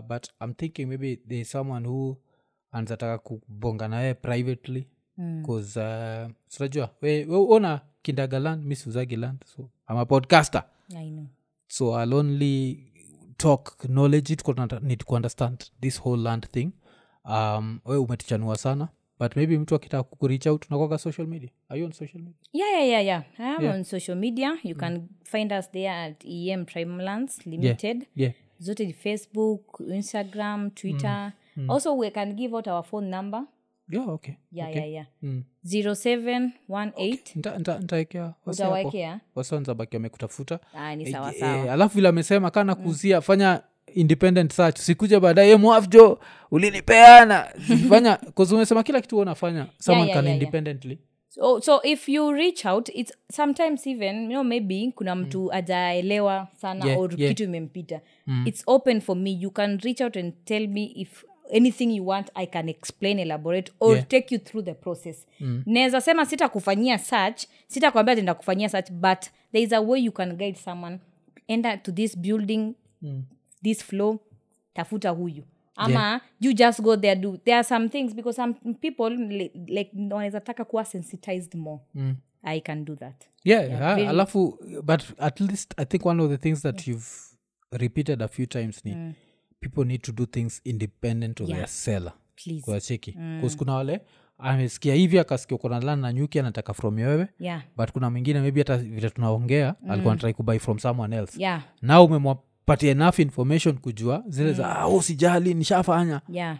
[SPEAKER 1] uh, but i'm thinking maybe there's someone who anzataka kubonga nawe privately
[SPEAKER 2] Mm,
[SPEAKER 1] bcause uh, sitajua we, we ona kindaga land mi siuzagi land so ama podcaster
[SPEAKER 2] I know.
[SPEAKER 1] so i'll only talk knowledge it could not- need to understand this whole land thing um, we umetichanua sana but maybe mtu akitaka kukurich out nakoga social media are you on social media
[SPEAKER 2] yeah yeah yeah yeah i am on social media you can find us there at em trimelands limited
[SPEAKER 1] yeah
[SPEAKER 2] zote ni facebook instagram twitter
[SPEAKER 1] Mm,
[SPEAKER 2] also we can give out our phone number
[SPEAKER 1] yeah okay
[SPEAKER 2] yeah
[SPEAKER 1] okay.
[SPEAKER 2] yeah yeah
[SPEAKER 1] Mm.
[SPEAKER 2] 0718
[SPEAKER 1] Nita- nita- nitaekea wasi hapo.
[SPEAKER 2] utawaekea
[SPEAKER 1] Wasi wanzabaki wamekutafuta
[SPEAKER 2] ah, ni
[SPEAKER 1] Eh,
[SPEAKER 2] sawa
[SPEAKER 1] eh,
[SPEAKER 2] sawa Mm.
[SPEAKER 1] alafu vile amesema kana kuzia fanya independent search sikuje baadaye "Eh, mwafjo ulinipeana fanya kuzumesema kila kitu unafanya someone
[SPEAKER 2] yeah,
[SPEAKER 1] can
[SPEAKER 2] yeah, yeah.
[SPEAKER 1] independently
[SPEAKER 2] so, so if you reach out it's sometimes even you know, maybe kuna mtu mm. ajaelewa sana
[SPEAKER 1] Yeah,
[SPEAKER 2] or
[SPEAKER 1] yeah. Mm.
[SPEAKER 2] kitu imempita it's open for me you can reach out and tell me if anything you want i can explain elaborate or
[SPEAKER 1] Yeah.
[SPEAKER 2] take you through the process mm. naweza sema sitakufanyia search sitakwambia tenda kufanyia search but there is a way you can guide someone enda to this building mm. this flow tafuta huyu ama yeah. you just go there do there are some things because some people li- like wanaweza taka kuwa sensitized more mm. i can do that
[SPEAKER 1] yeah, yeah, alafu but at least i think one of the things that you've repeated a few times ni
[SPEAKER 2] Mm.
[SPEAKER 1] people need to do things independent of their seller
[SPEAKER 2] Please.
[SPEAKER 1] kuacheki mm. kuna wale amesikia hivi akasikia kuna lana na nyuki anataka from yewewe
[SPEAKER 2] yeah
[SPEAKER 1] but kuna mwingine maybe hata vile tunaongea mm. alikuwa natrai kubuy from someone else
[SPEAKER 2] yeah
[SPEAKER 1] na umemwapatia enough information kujua zile za mm. oh, sijali nishafanya
[SPEAKER 2] yeah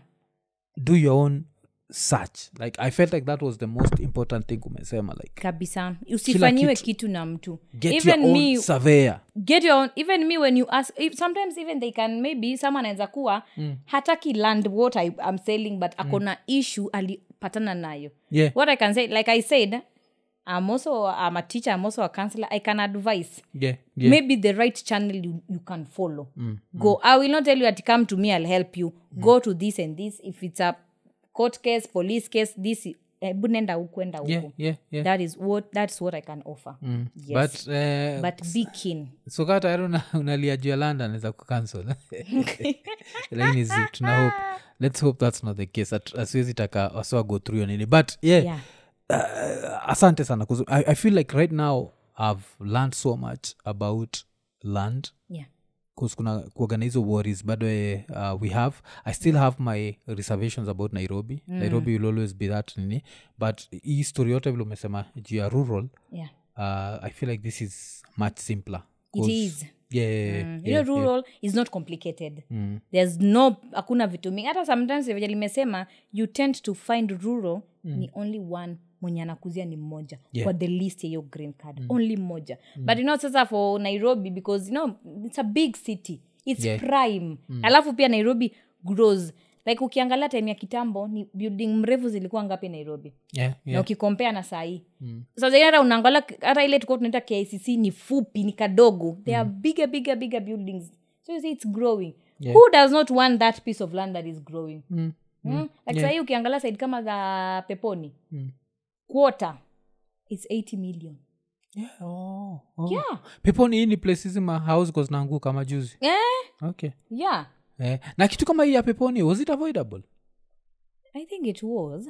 [SPEAKER 1] do your own search like i felt like that was the most important thing umesema like
[SPEAKER 2] kabisa usifanyiwe
[SPEAKER 1] kitu.
[SPEAKER 2] kitu. na mtu
[SPEAKER 1] get
[SPEAKER 2] even
[SPEAKER 1] your own
[SPEAKER 2] me
[SPEAKER 1] surveyor
[SPEAKER 2] get your own, even me when you ask if, sometimes even they can maybe someone anaweza kuwa mm. hataki land what I, i'm selling but akona issue alipatana nayo
[SPEAKER 1] Mm. yeah
[SPEAKER 2] what i can say like i said i'm also i'm a teacher i'm also a counselor i can advise
[SPEAKER 1] yeah yeah
[SPEAKER 2] yeah. maybe the right channel you, you can follow mm. go i will not tell you that come to me i'll help you mm. go to this and this if it's a court case police case this hebu nenda huku enda huku
[SPEAKER 1] yeah yeah yeah
[SPEAKER 2] that is what that's what i can offer mm. yes
[SPEAKER 1] but, eh,
[SPEAKER 2] but, but be keen
[SPEAKER 1] so kaa tayari una, unalia juu ya land anaweza kucancel lakini zi tuna hope let's hope that's not the case At- asiwezi taka wasiwa go through yo nini but yeah,
[SPEAKER 2] yeah
[SPEAKER 1] uh, asante sana 'cause I, i feel like right now i've learned so much about land
[SPEAKER 2] yeah
[SPEAKER 1] 'Cause kuna kuagana hizo worries bado eh, uh, we have i still have my reservations about nairobi
[SPEAKER 2] Mm.
[SPEAKER 1] nairobi will always be that nini but hii story yote vile umesema juu ya rural
[SPEAKER 2] yeah
[SPEAKER 1] uh, i feel like this is much simpler
[SPEAKER 2] It
[SPEAKER 1] 'Cause-
[SPEAKER 2] is.
[SPEAKER 1] yeah, yeah, yeah,
[SPEAKER 2] Mm, you know
[SPEAKER 1] yeah, yeah.
[SPEAKER 2] rural is not complicated mm. there's no hakuna vitu mingi hata sometimes venye limesema you tend to find rural mm. ni only one mwenye anakuzia ni mmoja
[SPEAKER 1] Yeah.
[SPEAKER 2] yeah. kwa the list ya hiyo green card mm. only mmoja mm. but you know sasa for nairobi because you know it's a big city its
[SPEAKER 1] Yeah.
[SPEAKER 2] yeah. prime mm. alafu pia nairobi grows like ukiangalia time ya kitambo ni building mrefu zilikuwa ngapi nairobi
[SPEAKER 1] Yeah,
[SPEAKER 2] na
[SPEAKER 1] yeah.
[SPEAKER 2] ukikompea na sahii mm. sazingine hata unaangalia hata ile tukuwa tunaita kicc ni fupi ni kadogo there are bigger bigger bigger buildings so you see it's growing
[SPEAKER 1] Yeah.
[SPEAKER 2] who does not want that piece of land that is growing
[SPEAKER 1] Mm.
[SPEAKER 2] mm. like
[SPEAKER 1] Yeah. Mm.
[SPEAKER 2] sahii ukiangalia saidi kama za peponi quarter its 80 million
[SPEAKER 1] Yeah, oh, oh.
[SPEAKER 2] yeah
[SPEAKER 1] peponi hii ni places ma house cause naanguka kama juzi
[SPEAKER 2] eh,
[SPEAKER 1] okay
[SPEAKER 2] yeah
[SPEAKER 1] eh, na kitu kama hii ya peponi was it avoidable
[SPEAKER 2] i think it was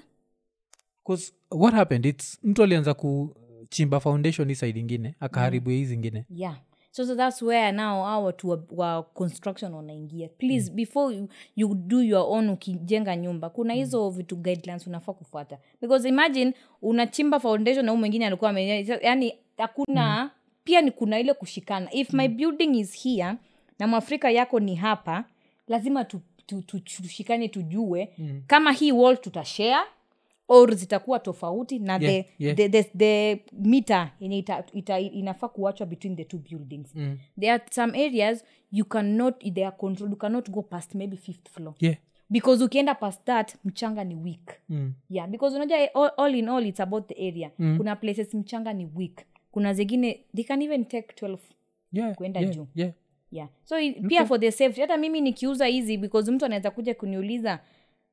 [SPEAKER 1] bcause what happened its mtu alianza kuchimba foundation hii side ingine akaharibu hii zingine
[SPEAKER 2] yeah so, so that's where now hao watu wa, wa construction wanaingia please mm. before you, you do your own ukijenga nyumba kuna hizo mm. vitu guidelines unafaa kufuata because imagine unachimba foundation na huu mwingine alikuwa ame- yani hakuna mm. pia ni kuna ile kushikana if mm. my building is here na mwafrika yako ni hapa lazima tu, tu, tu, tushikane tujue mm. kama hii wall tutashare or zitakuwa tofauti na
[SPEAKER 1] Yeah,
[SPEAKER 2] the,
[SPEAKER 1] yeah.
[SPEAKER 2] The, the, the meter yenye ita, ita, inafaa kuachwa between the two buildings mm. there are some areas you cannot they are controlled, you cannot go past maybe fifth floor
[SPEAKER 1] yeah
[SPEAKER 2] because ukienda past that mchanga ni weak
[SPEAKER 1] mm.
[SPEAKER 2] yeah because unajua eh, all, all in all it's about the area mm. kuna places mchanga ni weak kuna zingine they can even take 12
[SPEAKER 1] yeah,
[SPEAKER 2] Kuenda
[SPEAKER 1] yeah,
[SPEAKER 2] juu.
[SPEAKER 1] yeah.
[SPEAKER 2] yeah so i- pia for the safety hata mimi nikiuza hizi because mtu anaweza kuja kuniuliza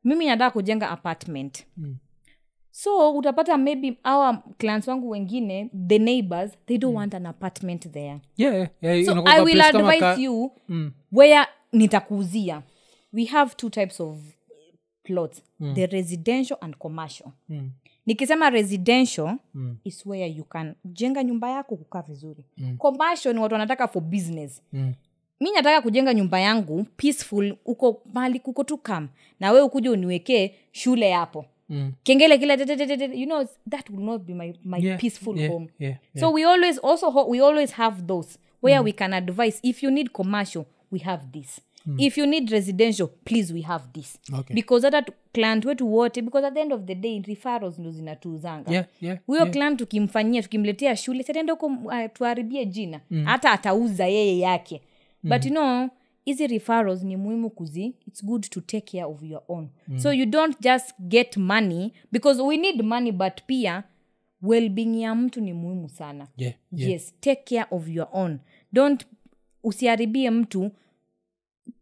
[SPEAKER 2] mimi nataka kujenga apartment
[SPEAKER 1] Mm.
[SPEAKER 2] so utapata maybe our clients wangu wengine the neighbors they don't want an apartment there
[SPEAKER 1] yeah, yeah, yeah,
[SPEAKER 2] so
[SPEAKER 1] inakuwa
[SPEAKER 2] i will
[SPEAKER 1] place kama
[SPEAKER 2] advise
[SPEAKER 1] ka-
[SPEAKER 2] you
[SPEAKER 1] Mm.
[SPEAKER 2] where nitakuuzia
[SPEAKER 1] Hmm.
[SPEAKER 2] we have two types of plots mm. the residential and commercial
[SPEAKER 1] Mm.
[SPEAKER 2] nikisema residential mm. is where you can jenga nyumba yako kukaa vizuri
[SPEAKER 1] Hmm.
[SPEAKER 2] mm. commercial ni watu wanataka for business
[SPEAKER 1] Mm.
[SPEAKER 2] mi nataka kujenga nyumba yangu peaceful uko mali kuko tu kam na we ukuja uniwekee shule hapo
[SPEAKER 1] Mm.
[SPEAKER 2] kengele kila tetetetete, you know that will not be my, my
[SPEAKER 1] Yeah,
[SPEAKER 2] peaceful
[SPEAKER 1] yeah,
[SPEAKER 2] home
[SPEAKER 1] yeah,
[SPEAKER 2] so we always also ho- we always have those where we can advise if you need commercial we have this if you need residential please we have this
[SPEAKER 1] Hmm. Okay.
[SPEAKER 2] because hata tu- client wetu wote because at the end of the day referrals ndo zinatuzanga
[SPEAKER 1] Yeah, yeah,
[SPEAKER 2] huyo client tukimfanyia tukimletea shule sataenda huko uh, tuharibie jina hata atauza yeye yake but you know hizi referrals ni muhimu kuzi its good to take care of your own so you don't just get money because we need money but pia wellbeing ya mtu ni muhimu sana
[SPEAKER 1] yeah, yeah.
[SPEAKER 2] yes take care of your own don't usiharibie mtu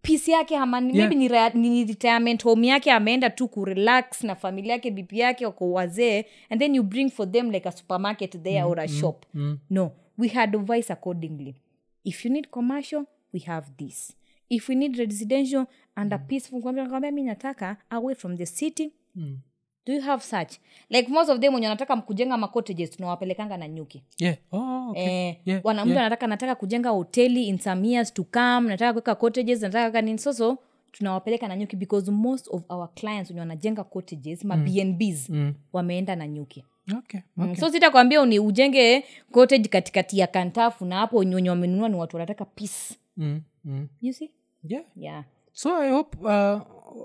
[SPEAKER 2] pisi yake hamani
[SPEAKER 1] Yeah.
[SPEAKER 2] maybe ni, rea- ni retirement home yake ameenda tu kurelax na familia yake bibi yake wako wazee and then you bring for them like a supermarket there
[SPEAKER 1] Mm,
[SPEAKER 2] or a
[SPEAKER 1] Mm-hmm.
[SPEAKER 2] shop no we had advice accordingly if you need commercial we have this if we need residential and a
[SPEAKER 1] Mm.
[SPEAKER 2] peaceful kwambia mi nataka away from the city
[SPEAKER 1] mm.
[SPEAKER 2] do you have such like most of them wenye wanataka kujenga macottages tunawapelekanga na nyuki
[SPEAKER 1] Yeah. Oh, okay.
[SPEAKER 2] Eh,
[SPEAKER 1] Yeah,
[SPEAKER 2] wana- mtu anataka nataka kujenga hoteli in some years to come nataka kuweka cottages nataka kuweka nini soso tunawapeleka na nyuki because most of our clients wenye wanajenga cottages ma bnbs
[SPEAKER 1] Mm.
[SPEAKER 2] wameenda na nyuki
[SPEAKER 1] Okay, okay.
[SPEAKER 2] Mm, so sitakwambia uni ujenge cottage katikati ya kantafu na hapo wenye wenye wamenunua ni watu wanataka peace
[SPEAKER 1] Mm, mm.
[SPEAKER 2] you see
[SPEAKER 1] Yeah.
[SPEAKER 2] yeah
[SPEAKER 1] so i hope uh,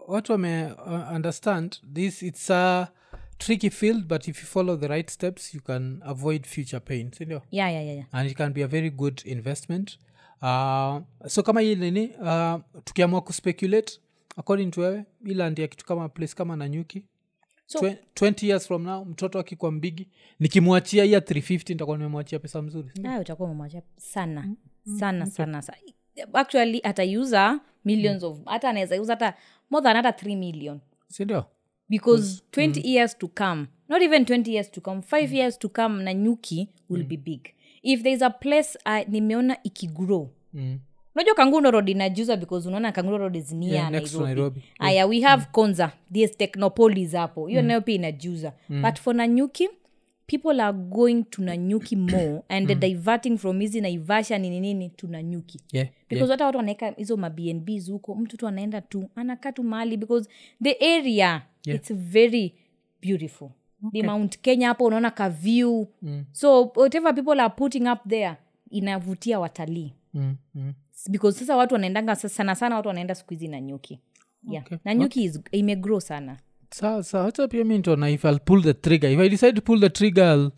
[SPEAKER 1] watu wame uh, understand this it's a tricky field but if you follow the right steps you can avoid future pain sindio
[SPEAKER 2] yeah yeah yeah, yeah.
[SPEAKER 1] and it can be a very good investment uh, so kama hii nini uh, tukiamua kuspeculate according to wewe iland ya kitu kama place kama nanyuki
[SPEAKER 2] So-
[SPEAKER 1] Twe- 20 years from now mtoto akikuwa mbigi nikimwachia hiya 350 nitakuwa nimemwachia pesa mzuri sindio?
[SPEAKER 2] Ah, utakuwa umemwacha sana
[SPEAKER 1] Mm.
[SPEAKER 2] sana sana sa- actually ataiuza millions
[SPEAKER 1] Mm.
[SPEAKER 2] of hata anaweza uza hata more than hata 3 million
[SPEAKER 1] sindio
[SPEAKER 2] because 20
[SPEAKER 1] mm.
[SPEAKER 2] years to come not even 20 years to come 5 years to come na nyuki will
[SPEAKER 1] Mm.
[SPEAKER 2] be big if thereis a place uh, nimeona ikigrow
[SPEAKER 1] mm.
[SPEAKER 2] unajua kanguno road inajuza because unaona kanguno road is near
[SPEAKER 1] Yeah, next to
[SPEAKER 2] nairobi,
[SPEAKER 1] Nairobi. Mm.
[SPEAKER 2] aya we have konza this technopolis hapo hiyo nayo pia inajuza
[SPEAKER 1] Mm.
[SPEAKER 2] but for nanyuki people are going to nanyuki more
[SPEAKER 1] Mm.
[SPEAKER 2] and diverting from hizi naivasha nini nini to nanyuki
[SPEAKER 1] yeah,
[SPEAKER 2] because hata watu wanaweka hizo mabnbs huko mtu tu anaenda tu anakaa tu mahali because the area
[SPEAKER 1] Yeah.
[SPEAKER 2] its very beautiful okay. the mount kenya hapo unaona kaview mm. so whatever people are putting up there inavutia watalii
[SPEAKER 1] Mm, mm.
[SPEAKER 2] S- because sasa watu wanaendanga sa- sana sana watu wanaenda siku hizi na nyuki yeah.
[SPEAKER 1] Okay.
[SPEAKER 2] okay. na nyuki is- imegrow sana
[SPEAKER 1] sasa hata pia mi ntona if ill pull the trigger if i decide to pull the trigger I'll,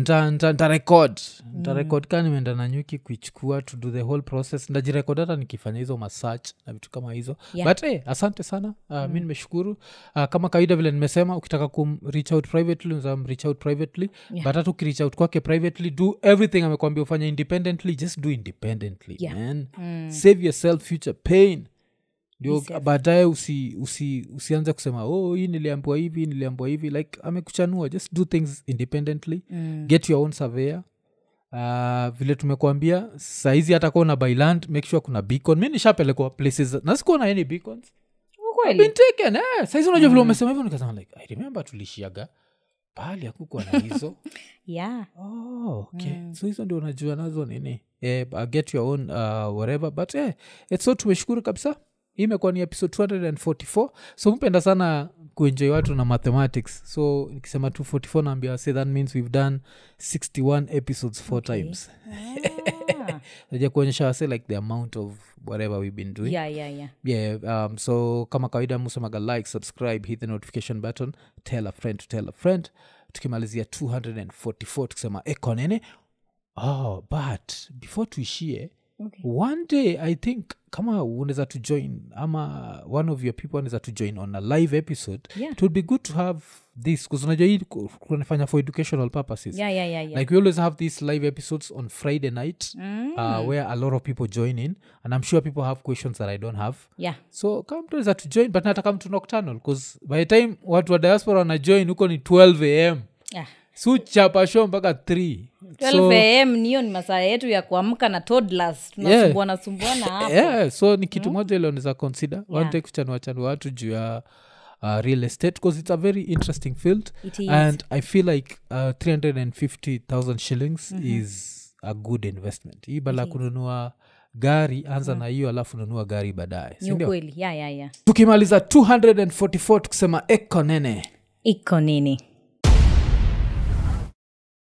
[SPEAKER 1] nta, nta, nta record nta
[SPEAKER 2] Mm.
[SPEAKER 1] record ka nimeenda na nyuki kuichukua to do the whole process ndajirekod hata nikifanya hizo masach na vitu kama hizo
[SPEAKER 2] Yeah. Mm.
[SPEAKER 1] but hey, asante sana uh, mi nimeshukuru uh, kama kawaida vile nimesema ukitaka kum reach out privately unaweza mreach out privately but hata ukireach out kwake privately do everything amekwambia ufanya independently just do independently
[SPEAKER 2] Yeah. Mm.
[SPEAKER 1] man save yourself future pain ndio baadaye usi, usi, usianze kusema oh hii niliambiwa hivi hii niliambiwa hivi like amekuchanua just do things independently mm. get your own surveyor Uh, vile tumekuambia saizi hata kuwa na byland make sure kuna beacon mi nishapelekwa places nasikuona any beacons been taken eh. saizi unajua vile umesema hivyo nikasema like i remember tulishiaga pahali akukwa na hizo
[SPEAKER 2] yeah
[SPEAKER 1] oh, okay mm. so hizo ndio unajua nazo nini eh, uh, get your own uh, whatever but eh, eh, so tumeshukuru kabisa hii imekuwa ni episode 244 so mpenda sana kuenjoi watu na mathematics so nikisema 244 naambia say that means we've done 61 episodes four okay. times
[SPEAKER 2] Ah.
[SPEAKER 1] naja kuonyesha wase like the amount of whatever we've been doing
[SPEAKER 2] yeah yeah yeah
[SPEAKER 1] yeah um, so kama kawaida musemaga like subscribe hit the notification button tell a friend to tell a friend tukimalizia 244 tukisema ekonene oh, but before tuishie
[SPEAKER 2] Okay.
[SPEAKER 1] one day i think kama unaweza to join ama one of your people anaweza to join on a live episode
[SPEAKER 2] Yeah.
[SPEAKER 1] it would be good to have this bcause unajua hii ku- kunafanya for educational purposes
[SPEAKER 2] yeah yeah yeah yeah
[SPEAKER 1] like we always have these live episodes on friday night
[SPEAKER 2] Mm.
[SPEAKER 1] uh, where a lot of people join in and i'm sure people have questions that i don't have
[SPEAKER 2] yeah
[SPEAKER 1] so kama mtu aweza to join but nataka mtu nocturnal bcause by the time watu wa diaspora wana join huko ni 12 am
[SPEAKER 2] yeah
[SPEAKER 1] si chapa show mpaka 3
[SPEAKER 2] 12 am niyo ni masaa yetu ya kuamka na toddlers tunasumbuana
[SPEAKER 1] Eh,
[SPEAKER 2] sumbuana hapo
[SPEAKER 1] yeah, so ni kitu moja ilioneza consider yeah. wante kuchanuachanua watu juu ya uh, real estate because it's a very interesting field
[SPEAKER 2] It is.
[SPEAKER 1] and i feel like uh, 350000 shillings
[SPEAKER 2] Mhm.
[SPEAKER 1] is a good investment hii bala kununua gari anza na hiyo alafu nunua gari baadaye
[SPEAKER 2] Mm. ni
[SPEAKER 1] sindio
[SPEAKER 2] ukweli ya ya ya
[SPEAKER 1] tukimaliza 244 tukisema eko nene
[SPEAKER 2] iko nini